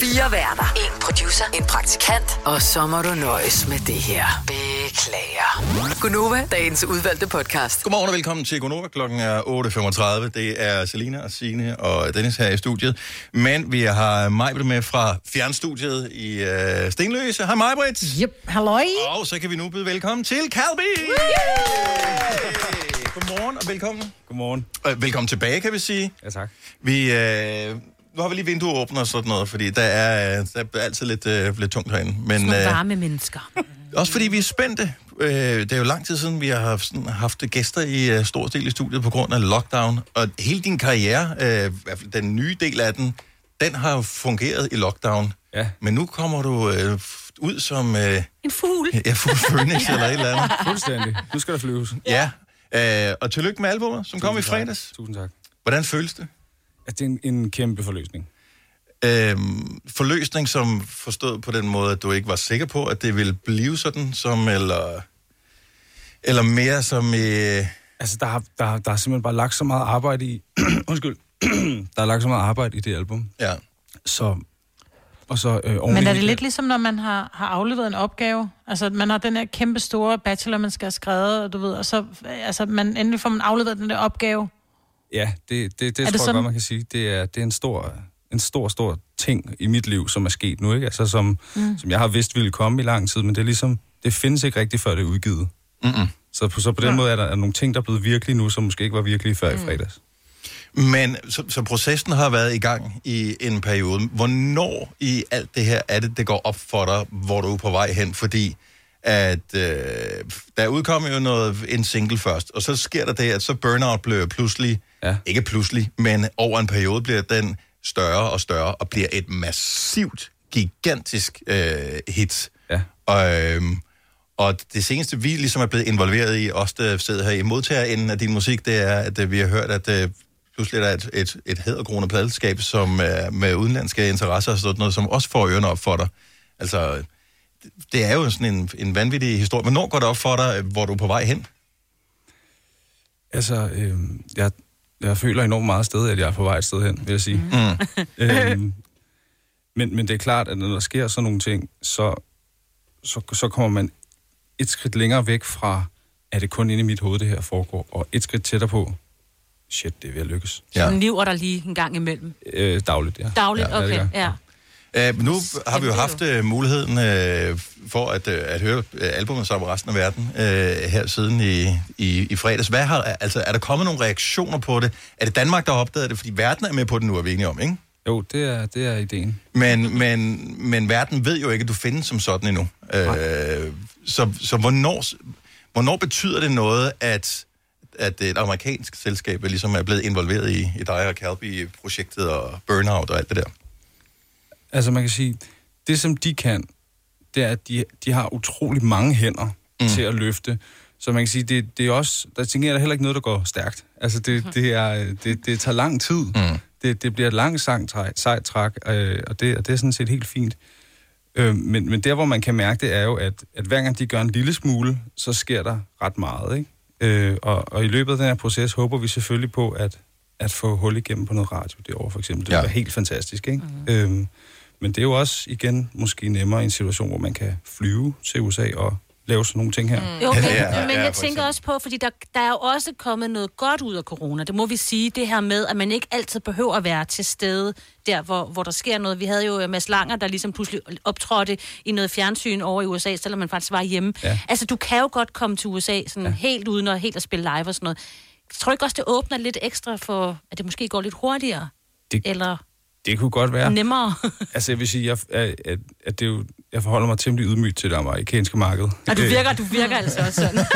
[SPEAKER 7] Fire værter. En producer. En praktikant.
[SPEAKER 20] Og så må du nøjes med det her.
[SPEAKER 7] Beklager. Gunova, dagens udvalgte podcast.
[SPEAKER 1] Godmorgen og velkommen til Gonova. Klokken er 8.35. Det er Selina og Signe og Dennis her i studiet. Men vi har Majbrit med fra fjernstudiet i øh, Stenløse. Hej Majbrit.
[SPEAKER 3] Yep, halløj.
[SPEAKER 1] Og så kan vi nu byde velkommen til Calby. Godmorgen og velkommen. Godmorgen. Øh, velkommen tilbage, kan vi sige. Ja, tak. Vi, øh, nu har vi lige vinduer åbne og sådan noget, fordi der er, øh, der er altid lidt, øh, lidt tungt herinde. Men,
[SPEAKER 2] Nogle
[SPEAKER 1] øh,
[SPEAKER 2] varme mennesker.
[SPEAKER 1] også fordi vi er spændte. Øh, det er jo lang tid siden, vi har haft, sådan, haft gæster i øh, stor del i studiet på grund af lockdown. Og hele din karriere, øh, i hvert fald den nye del af den, den har jo fungeret i lockdown. Ja. Men nu kommer du øh, f- ud som... Øh,
[SPEAKER 2] En fugl.
[SPEAKER 1] ja, fuld phoenix eller et eller andet.
[SPEAKER 25] Fuldstændig. Nu skal der flyves.
[SPEAKER 1] Ja. Øh, og tillykke med albumet, som kom i fredags.
[SPEAKER 25] Tusind tak.
[SPEAKER 1] Hvordan føles det?
[SPEAKER 25] At det er en, en kæmpe forløsning.
[SPEAKER 1] Øhm, forløsning, som forstod på den måde, at du ikke var sikker på, at det ville blive sådan, som eller, eller mere som... Øh,
[SPEAKER 25] Altså, der, har, der, der er simpelthen bare lagt så meget arbejde i... Undskyld. der er lagt så meget arbejde i det album.
[SPEAKER 1] Ja.
[SPEAKER 25] Så Og så øh, oveni
[SPEAKER 3] Men er det lidt ligesom, når man har, har afleveret en opgave? Altså, at man har den her kæmpe store bachelor, man skal have skrevet, og du ved, og så altså, man, endelig får man afleveret den der opgave.
[SPEAKER 25] Ja, det, det, det
[SPEAKER 3] Er
[SPEAKER 25] tror det
[SPEAKER 3] det
[SPEAKER 25] jeg
[SPEAKER 3] sådan-
[SPEAKER 25] godt, man kan sige. Det er, det er en, stor, en stor, stor ting i mit liv, som er sket nu, ikke? Altså, som,
[SPEAKER 5] Mm.
[SPEAKER 25] mm. som jeg har vidst ville komme i lang tid, men det er ligesom, det findes ikke rigtigt, før det er udgivet.
[SPEAKER 1] Mm-mm.
[SPEAKER 25] Så på, så på den ja. måde er der er nogle ting, der er blevet virkelige nu, som måske ikke var virkelige før mm. i fredags.
[SPEAKER 1] Men så, så processen har været i gang i en periode. Hvornår i alt det her er det, det går op for dig, hvor du er på vej hen? Fordi at øh, der udkom jo noget, en single først, og så sker der det, at så Burnout bliver pludselig, ja. ikke pludselig, men over en periode bliver den større og større, og bliver et massivt, gigantisk øh, hit.
[SPEAKER 25] Ja.
[SPEAKER 1] Og, øhm, og det seneste, vi ligesom er blevet involveret i, os der sidder her i modtagerenden af din musik, det er, at øh, vi har hørt, at øh, pludselig er der et, et, et hæderkronet pladselskab, som øh, med udenlandske interesser og sådan noget, som også får ørerne op for dig. Altså, det- det er jo sådan en, en vanvittig historie. Hvornår går det op for dig, øh, hvor du er på vej hen?
[SPEAKER 25] Altså, øh, jeg, jeg føler enormt meget sted, at jeg er på vej et sted hen, vil jeg sige.
[SPEAKER 1] Mm.
[SPEAKER 25] øhm, men, men det er klart, at når der sker sådan nogle ting, så, så, så kommer man et skridt længere væk fra, at det kun inde i mit hoved, det her foregår, og et skridt tættere på, shit, det er ved at lykkes.
[SPEAKER 2] Ja. Sådan lever der lige en gang imellem.
[SPEAKER 25] Øh, dagligt, ja.
[SPEAKER 2] Dagligt,
[SPEAKER 25] ja, det gør
[SPEAKER 2] okay,
[SPEAKER 25] jeg.
[SPEAKER 2] ja.
[SPEAKER 1] Øh, nu har vi jo haft øh, muligheden øh, for at, øh, at høre øh, albumet sammen med resten af verden øh, her siden i, i, i fredags. Hvad har, altså, er der kommet nogle reaktioner på det? Er det Danmark, der har opdaget det? Fordi verden er med på det nu, er vi enige om, ikke?
[SPEAKER 25] Jo, det er, det er ideen.
[SPEAKER 1] Men, men, men verden ved jo ikke, at du findes som sådan endnu. Øh, så så hvornår, hvornår betyder det noget, at, at et amerikansk selskab ligesom er blevet involveret i, i dig og Calby-projektet og Burnout og alt det der?
[SPEAKER 25] Altså man kan sige, det som de kan, det er, at de, de har utrolig mange hænder mm. til at løfte. Så man kan sige, det, det er også, der tænker jeg, der er heller ikke noget, der går stærkt. Altså det, det, er, øh, det, det tager lang tid. Mm. Det, det bliver et langt sejt træk, sejt træk øh, og, det, og det er sådan set helt fint. Øh, men, men der, hvor man kan mærke det, er jo, at, at hver gang de gør en lille smule, så sker der ret meget. Ikke? Øh, og, og i løbet af den her proces håber vi selvfølgelig på, at, at få hul igennem på noget radio derovre, for eksempel. Det ja. vil være helt fantastisk, ikke? Mm.
[SPEAKER 2] Mhm.
[SPEAKER 25] Øhm, men det er jo også, igen, måske nemmere i en situation, hvor man kan flyve til USA og lave sådan nogle ting her.
[SPEAKER 2] Mm. Jo, men, ja, men jeg tænker også på, fordi der, der er jo også kommet noget godt ud af corona. Det må vi sige, det her med, at man ikke altid behøver at være til stede der, hvor, hvor der sker noget. Vi havde jo øh, Mads Langer, der ligesom pludselig optrådte i noget fjernsyn over i USA, selvom man faktisk var hjemme. Ja.
[SPEAKER 8] Ja.
[SPEAKER 2] Altså, du kan jo godt komme til USA sådan ja. helt uden at helt at spille live og sådan noget. Tror du ikke også, det åbner lidt ekstra for, at det måske går lidt hurtigere?
[SPEAKER 25] Det-
[SPEAKER 2] Eller
[SPEAKER 25] Det kunne godt være.
[SPEAKER 2] nemmere?
[SPEAKER 25] Altså, jeg vil sige, jeg, at, at det er jo, jeg forholder mig temmelig ydmygt til det amerikanske marked.
[SPEAKER 2] Og du
[SPEAKER 25] Øh,
[SPEAKER 2] virker, du virker altså også sådan.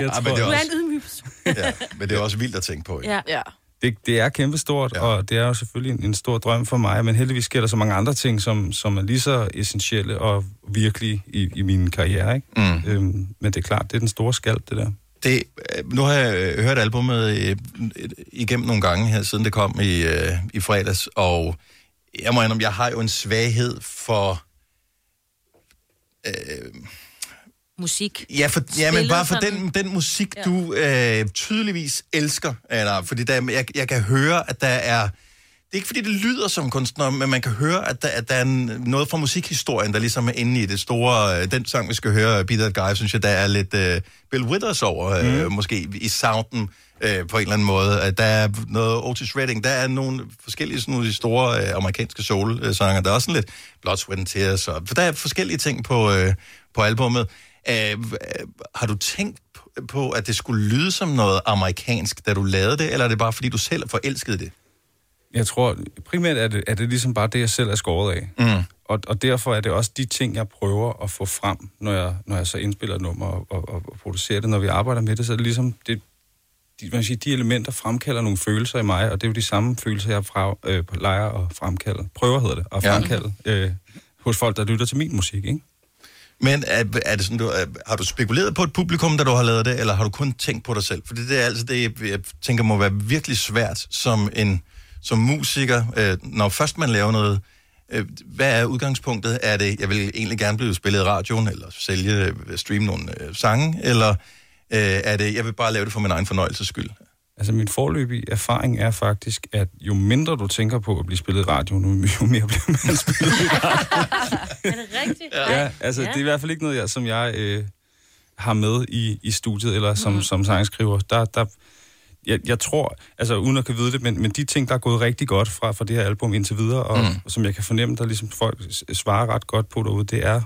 [SPEAKER 25] jeg
[SPEAKER 1] men det
[SPEAKER 2] Du
[SPEAKER 1] er
[SPEAKER 2] er
[SPEAKER 1] også-
[SPEAKER 2] en ydmyg person.
[SPEAKER 1] ja, men det er også vildt at tænke på, ikke?
[SPEAKER 2] Ja. ja.
[SPEAKER 25] det, det er kæmpestort, ja. og det er jo selvfølgelig en, en stor drøm for mig, men heldigvis sker der så mange andre ting, som, som er lige så essentielle og virkelige i, i min karriere. Ikke? Mm. Øhm, men det er klart, det er den store skalp, det der.
[SPEAKER 1] Det, øh, nu har jeg øh, hørt albumet øh, øh, igennem nogle gange her, siden det kom i, øh, i fredags, og jeg må indrømme, jeg har jo en svaghed for... Øh,
[SPEAKER 2] Musik.
[SPEAKER 1] ja, for, ja men
[SPEAKER 2] Spillet
[SPEAKER 1] bare for
[SPEAKER 2] sådan.
[SPEAKER 1] den, den musik,
[SPEAKER 2] Ja.
[SPEAKER 1] ja. du øh, tydeligvis elsker. Eller, fordi der, jeg, jeg kan høre, at der er... Det er ikke, fordi det lyder som kunstner, men man kan høre, at der, at der er en- noget fra musikhistorien, der ligesom er inde i det store... øh, Den sang, vi skal høre, Be That Guy, synes jeg, der er lidt øh, Bill Withers over, mm. øh, måske i sounden øh, på en eller anden måde. At Der er noget Otis Redding, der er nogle forskellige sådan nogle store øh, amerikanske soul-sanger. Der er også sådan lidt Blood, Sweat and Tears, og, for der er forskellige ting på, øh, på albummet. Øh, øh, har du tænkt p- på, at det skulle lyde som noget amerikansk, da du lavede det, eller er det bare, fordi du selv forelskede det?
[SPEAKER 25] Jeg tror, primært er det, er det ligesom bare det, jeg selv er skåret af.
[SPEAKER 1] Mm.
[SPEAKER 25] Og, og derfor er det også de ting, jeg prøver at få frem, når jeg, når jeg så indspiller et nummer og, og, og producerer det. Når vi arbejder med det, så er det ligesom... Det, de, man kan sige, de elementer fremkalder nogle følelser i mig, og det er jo de samme følelser, jeg fra, øh, leger og fremkalder. Prøver hedder det, og
[SPEAKER 1] Ja.
[SPEAKER 25] fremkalde øh, hos folk, der lytter til min musik, ikke?
[SPEAKER 1] Men er, er det sådan, du, er, har du spekuleret på et publikum, da du har lavet det, eller har du kun tænkt på dig selv? For det er altså det, jeg, jeg tænker må være virkelig svært som en som musiker, øh, når først man laver noget. Øh, hvad er udgangspunktet? Er det, jeg vil egentlig gerne blive spillet i radioen, eller sælge, øh, streame nogle øh, sange, eller øh, er det, jeg vil bare lave det for min egen fornøjelses skyld?
[SPEAKER 25] Altså, min forløbige erfaring er faktisk, at jo mindre du tænker på at blive spillet i radioen, jo- jo mere bliver man spillet i radioen. er det rigtigt? Ja, altså, ja. det er i hvert fald ikke noget, jeg, som jeg øh, har med i, i studiet, eller som, mm. som sangskriver. Der, der, jeg, jeg tror, altså uden at kan vide det, men, men de ting, der er gået rigtig godt fra, fra det her album indtil videre, og, mm. og som jeg kan fornemme, der ligesom folk s- svarer ret godt på derude, det er,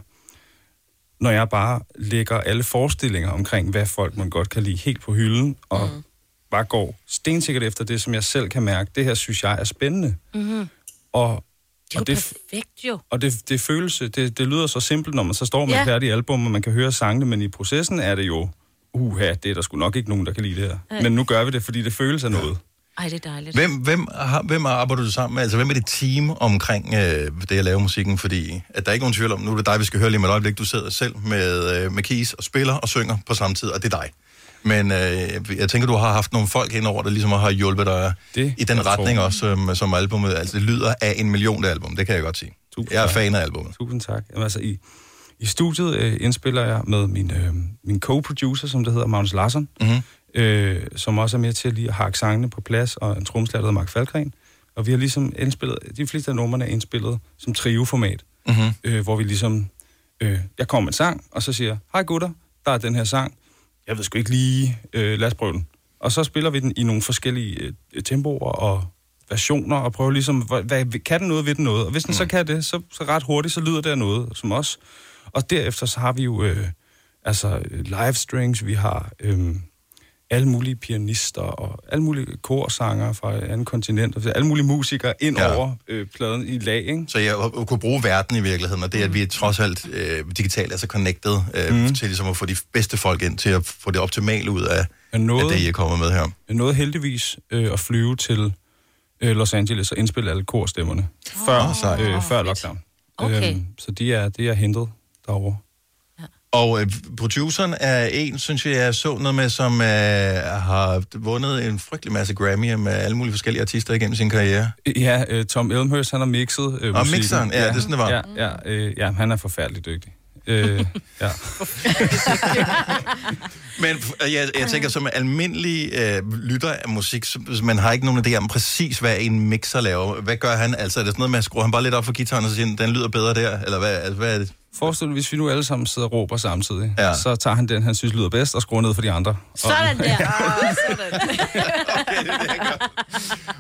[SPEAKER 25] når jeg bare lægger alle forestillinger omkring, hvad folk man godt kan lide, helt på hylden, og mm. bare går stensikkert efter det, som jeg selv kan mærke, det her synes jeg er spændende.
[SPEAKER 2] Mm-hmm.
[SPEAKER 25] Og,
[SPEAKER 2] Det er jo
[SPEAKER 25] og det,
[SPEAKER 2] perfekt jo.
[SPEAKER 25] og det, det følelse, det, det lyder så simpelt, når man så står med
[SPEAKER 2] Ja.
[SPEAKER 25] ja. færdig album, og man kan høre sangene, men i processen er det jo, uha, det er der sgu nok ikke nogen, der kan lide det her.
[SPEAKER 2] Nej.
[SPEAKER 25] Men nu gør vi det, fordi det føles af noget.
[SPEAKER 2] Ej, det er dejligt.
[SPEAKER 1] Hvem, hvem, har, hvem arbejder du sammen med? Altså, hvem er det team omkring øh, det at lave musikken? Fordi at der er ikke nogen tvivl om, nu er det dig, vi skal høre lige med et øjeblik. Du sidder selv med, øh, med keys og spiller og synger på samme tid, og det er dig. Men øh, jeg tænker, du har haft nogle folk indover, der ligesom har hjulpet dig det, i den
[SPEAKER 25] jeg tror.
[SPEAKER 1] retning også, som, som albumet. Altså, det lyder af en million, det album. Det kan jeg godt sige. Tusind jeg er fan af albumet.
[SPEAKER 25] Tusind tak. Jamen, altså, i, i studiet øh, indspiller jeg med min, øh, min co-producer, som det hedder, Magnus Larsen,
[SPEAKER 1] Mhm.
[SPEAKER 25] mm-hmm. øh, som også er med til lige at hakke sangene på plads, og en tromslærer, der hedder Mark Falkgren. Og vi har ligesom indspillet, de fleste af numrene er indspillet som trio-format,
[SPEAKER 1] Mm-hmm.
[SPEAKER 25] øh, hvor vi ligesom, øh, jeg kommer med en sang, og så siger jeg, hej gutter, der er den her sang, jeg ved sgu ikke lige, øh, lad os prøve den. Og så spiller vi den i nogle forskellige øh, tempoer og versioner, og prøver ligesom, hvad, hvad, kan den noget, ved den noget? Og hvis den mm. så kan det, så, så ret hurtigt, så lyder det af noget, som os. Og derefter så har vi jo, øh, altså øh, live strings, vi har øh, alle mulige pianister, og alle mulige korsanger fra et andet kontinent, og alle mulige musikere ind ja. over øh, pladen i lag, ikke? Mm.
[SPEAKER 1] Så jeg hå- kunne bruge verden i virkeligheden, og det at vi er trods alt øh, digitalt er så connected øh, mm. til ligesom at få de bedste folk ind til at få det optimale ud af,
[SPEAKER 25] Men noget-
[SPEAKER 1] af det, I er kommet med her.
[SPEAKER 25] Jeg nåede heldigvis øh, at flyve til øh, Los Angeles og indspille alle korstemmerne før, øh, før lockdown. Øhm,
[SPEAKER 1] Okay.
[SPEAKER 25] så de er, det er hentet derovre.
[SPEAKER 1] Og øh, produceren er en, synes jeg, jeg så noget med, som øh, har vundet en frygtelig masse Grammy'er med alle mulige forskellige artister igennem sin karriere.
[SPEAKER 25] Ja, øh, Tom Elmhurst, han har mixet øh,
[SPEAKER 1] Og
[SPEAKER 25] musikken.
[SPEAKER 1] mixeren, ja, det er sådan, det var.
[SPEAKER 25] Ja, ja, øh, ja han er forfærdelig dygtig. Øh, ja.
[SPEAKER 1] Men øh, jeg, jeg tænker, som almindelig øh, lytter af musik, så, så man har ikke nogen idé om præcis, hvad en mixer laver. Hvad gør han? Altså, er det sådan noget med, at skruer han bare lidt op for gitaren og siger, den lyder bedre der? Eller hvad, altså, hvad er det?
[SPEAKER 25] Forestil dig, hvis vi nu alle sammen sidder og råber samtidig,
[SPEAKER 1] Ja.
[SPEAKER 25] ja. så tager han den, han synes lyder bedst, og skruer ned for de andre.
[SPEAKER 2] Sådan
[SPEAKER 25] Oh,
[SPEAKER 2] der.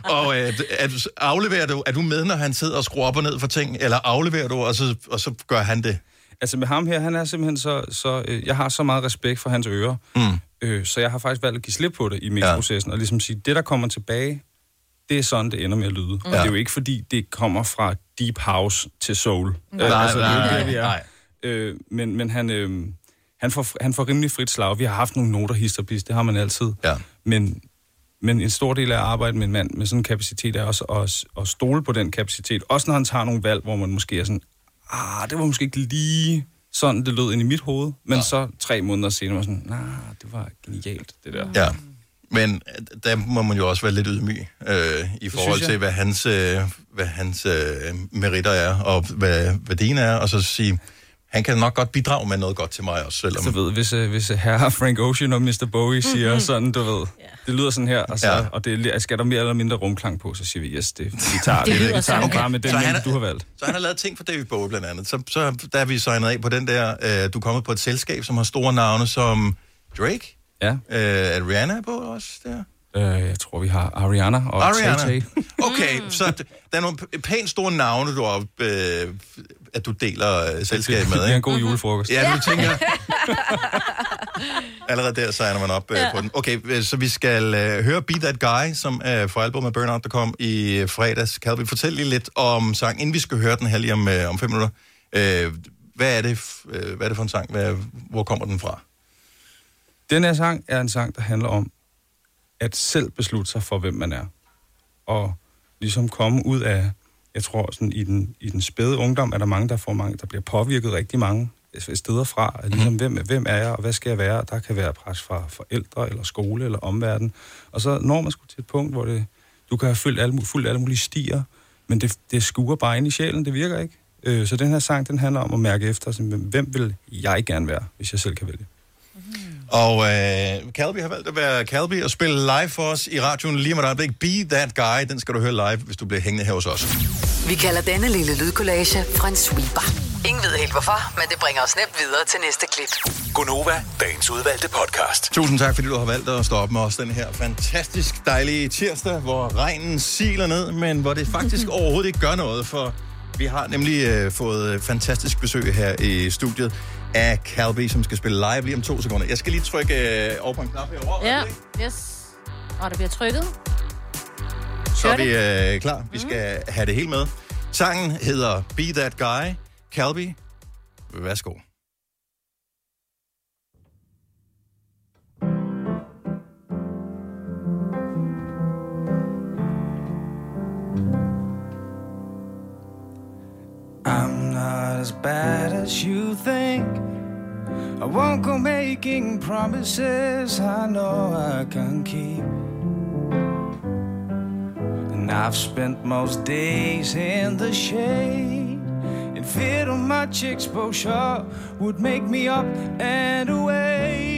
[SPEAKER 1] Og øh, er du, afleverer du, er du med, når han sidder og skruer op og ned for ting? Eller afleverer du, og så, og så gør han det?
[SPEAKER 25] Altså med ham her, han er simpelthen så... så øh, jeg har så meget respekt for hans ører,
[SPEAKER 1] Mm.
[SPEAKER 25] Øh, så jeg har faktisk valgt at give slip på det i mixprocessen, ja. og ligesom sige, det der kommer tilbage, det er sådan, det ender med at lyde. Ja. Og det er jo ikke fordi, det kommer fra deep house til soul.
[SPEAKER 1] Nej,
[SPEAKER 25] Øh, det er jo
[SPEAKER 1] nej,
[SPEAKER 25] ikke
[SPEAKER 1] nej,
[SPEAKER 25] det, vi er. Øh, men men han, øh, han, får, han får rimelig frit slag. Vi har haft nogle noter hist og pis, det har man altid.
[SPEAKER 1] Ja.
[SPEAKER 25] Men, men en stor del af at arbejde med en mand med sådan en kapacitet er også at, at stole på den kapacitet. Også når han tager nogle valg, hvor man måske er sådan, ah, det var måske ikke lige sådan, det lød ind i mit hoved. Men ja. så tre måneder senere var sådan, nej, nah, det var genialt, det der.
[SPEAKER 1] Ja. Men øh, der må man jo også være lidt ydmyg øh, i forhold
[SPEAKER 25] jeg.
[SPEAKER 1] til, hvad hans, øh, hvad hans øh, meritter er, og hvad, hvad dine er, og så sige, han kan nok godt bidrage med noget godt til mig også, selvom...
[SPEAKER 25] Så ved, hvis, øh, hvis herre Frank Ocean og Mr.
[SPEAKER 1] Mhm.
[SPEAKER 25] Bowie siger sådan, du ved, det lyder sådan her, og, så,
[SPEAKER 1] Ja.
[SPEAKER 25] ja. og det er altså- li- skal der mere eller mindre rumklang på, så siger vi, yes, det, vi tager
[SPEAKER 1] Det
[SPEAKER 25] det,
[SPEAKER 1] lyder
[SPEAKER 25] det, vi tager
[SPEAKER 1] sådan.
[SPEAKER 25] okay. bare med den,
[SPEAKER 1] Så han
[SPEAKER 25] mængde,
[SPEAKER 1] er-
[SPEAKER 25] du har valgt.
[SPEAKER 1] Så han har lavet ting for David Bowie blandt andet. Så, så der er vi signet af på den der, øh, du er kommet på et selskab, som har store navne som Drake.
[SPEAKER 25] Ja.
[SPEAKER 1] Øh, er Rihanna på også der?
[SPEAKER 25] Øh, jeg tror, vi har Ariana og
[SPEAKER 1] Ariana.
[SPEAKER 25] Tay-Tay.
[SPEAKER 1] Okay, så d- der er nogle p- pænt store navne, du har, øh, at du deler øh, selskab med.
[SPEAKER 25] Det bliver en god julefrokost.
[SPEAKER 1] Ja, du tænker... Allerede der signer man op øh, ja. på den. Okay, øh, så vi skal øh, høre Be That Guy, som er fra albumet Burnout, der kom i øh, fredags. Kan vi fortælle lige lidt om sangen, inden vi skal høre den her lige om, øh, om fem minutter? Øh, hvad, er det, f- øh, hvad er det for en sang? Hvad, hvor kommer den fra?
[SPEAKER 25] Den her sang er en sang, der handler om at selv beslutte sig for, hvem man er. Og ligesom komme ud af, jeg tror sådan i den, i den spæde ungdom, er der mange, der får mange, der bliver påvirket rigtig mange steder fra. At Ligesom, hvem, hvem er jeg, og hvad skal jeg være? Og Der kan være pres fra forældre, eller skole, eller omverden. Og så når man skulle til et punkt, hvor det, du kan have fulgt alle, mu- fulgt alle mulige stier, men det, det skuer bare ind i sjælen, det virker ikke. Øh, Så den her sang, den handler om at mærke efter, sådan, hvem vil jeg gerne være, hvis jeg selv kan vælge.
[SPEAKER 1] Og øh, Calby har valgt at være Calby og spille live for os i radioen lige om et øjeblik. Be That Guy, den skal du høre live, hvis du bliver hængende her hos os.
[SPEAKER 7] Vi kalder denne lille lydkollage en sweeper. Ingen ved helt hvorfor, men det bringer os nemt videre til næste klip.
[SPEAKER 5] Gunova, dagens udvalgte podcast.
[SPEAKER 1] Tusind tak, fordi du har valgt at stå op med os den her fantastisk dejlige tirsdag, hvor regnen siler ned, men hvor det faktisk overhovedet ikke gør noget, for vi har nemlig øh, fået øh, fantastisk besøg her i studiet af Calby, som skal spille live lige om to sekunder. Jeg skal lige trykke øh, over på en knap herovre.
[SPEAKER 2] Ja, yes. Og der bliver trykket.
[SPEAKER 1] Så er
[SPEAKER 2] Gør
[SPEAKER 1] vi øh, klar. Vi skal mm. have det hele med. Sangen hedder Be That Guy. Calby, værsgo.
[SPEAKER 8] I'm not as bad as you think. I won't go making promises I know I can keep. And I've spent most days in the shade. In fear of much exposure would make me up and away.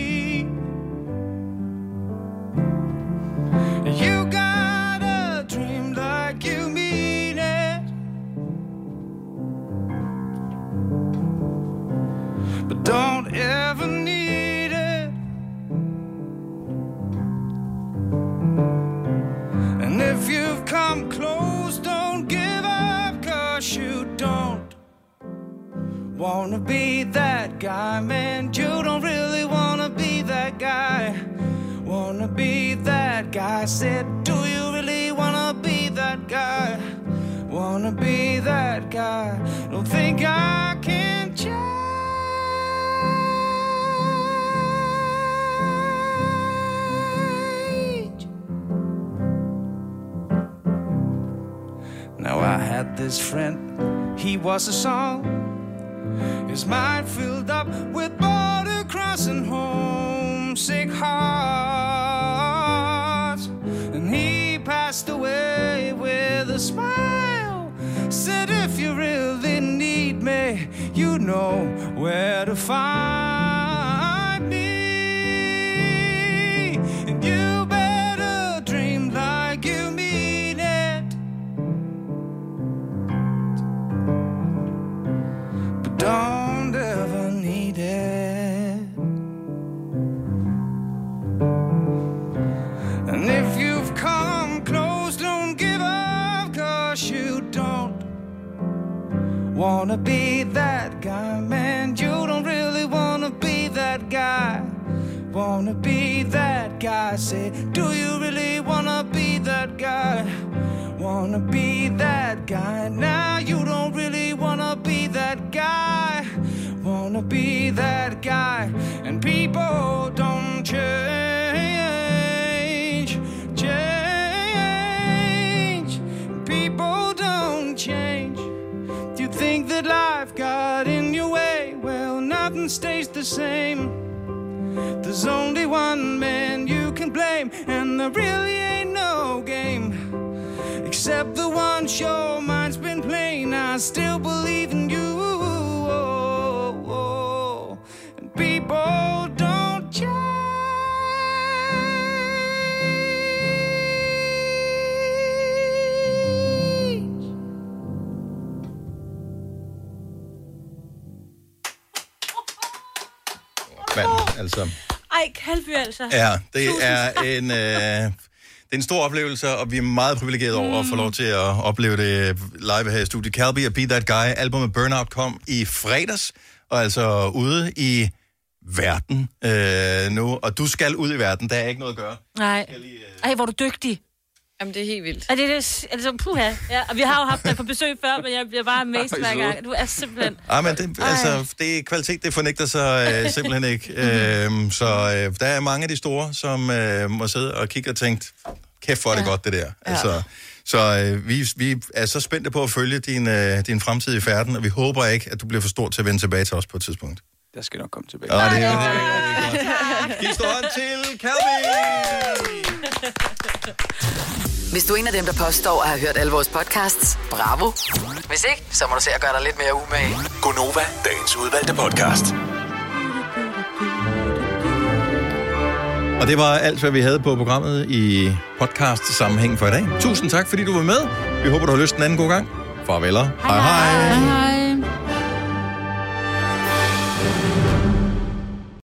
[SPEAKER 8] You got a dream like you mean it. but don't ever need it. And if you've come close, don't give up, cause you don't wanna be that guy, man. You don't really wanna be that guy. Wanna be that guy. Said, do you really wanna be that guy? Wanna be that guy. Don't think I can change. Now I had this friend, he was a song. His mind filled up with border crossing homesick hearts. And he passed away with a smile. Said, if you really need me, you know where to find me. And you better dream like you mean it. but don't ever need it. And if you've come close, don't give up, cause you don't wanna be that guy, man. You don't really wanna be that guy. Wanna be that guy, say, do you really wanna be that guy? Wanna be that guy now? You don't really wanna be that guy. Wanna be that guy, and people don't change. Change. People don't change. Do you think that life got in your way? Well, nothing stays the same. There's only one man you can blame, and there really ain't no game. Except the one your mind's been playing, I still believe in you. Oh, oh, oh. And people don't change.
[SPEAKER 1] Mand, altså.
[SPEAKER 2] Ej, Kalby altså.
[SPEAKER 1] Ja, det er en... Øh, det er en stor oplevelse, og vi er meget privilegerede over at få lov til at opleve det live her i studiet. Calby og Be That Guy, albumet Burnout kom i fredags, og altså ude i verden øh, nu. Og du skal ud i verden, der er ikke noget at gøre.
[SPEAKER 2] Nej. Ej, hvor er du dygtig.
[SPEAKER 4] Jamen, det er helt vildt.
[SPEAKER 2] Er det det? Altså, puha. Ja, og vi har jo haft dig på besøg før, men jeg bliver bare amazed
[SPEAKER 1] Ej,
[SPEAKER 2] hver
[SPEAKER 1] så.
[SPEAKER 2] gang. Du er simpelthen...
[SPEAKER 1] Ej, men det, altså, det er kvalitet, det fornægter sig øh, simpelthen ikke. Øhm, så øh, der er mange af de store, som øh, må sidde og kigge og tænke, kæft hvor er det ja. godt, det der. Altså, så øh, vi, vi er så spændte på at følge din, øh, din fremtidige færden, og vi håber ikke, at du bliver for stor til at vende tilbage til os på et tidspunkt.
[SPEAKER 25] Jeg skal nok komme tilbage.
[SPEAKER 1] Ja, det, det,
[SPEAKER 7] Giv
[SPEAKER 1] stor hånd til Calvin!
[SPEAKER 7] Hvis du er en af dem, der påstår at have hørt alle vores podcasts, bravo. Hvis ikke, så må du se at gøre dig lidt mere umage.
[SPEAKER 5] Gunova, dagens udvalgte podcast.
[SPEAKER 1] Og det var alt, hvad vi havde på programmet i podcast-sammenhæng for i dag. Tusind tak, fordi du var med. Vi håber, du har lyst en anden god gang. Farveler. Hej hej. hej.
[SPEAKER 3] Hej.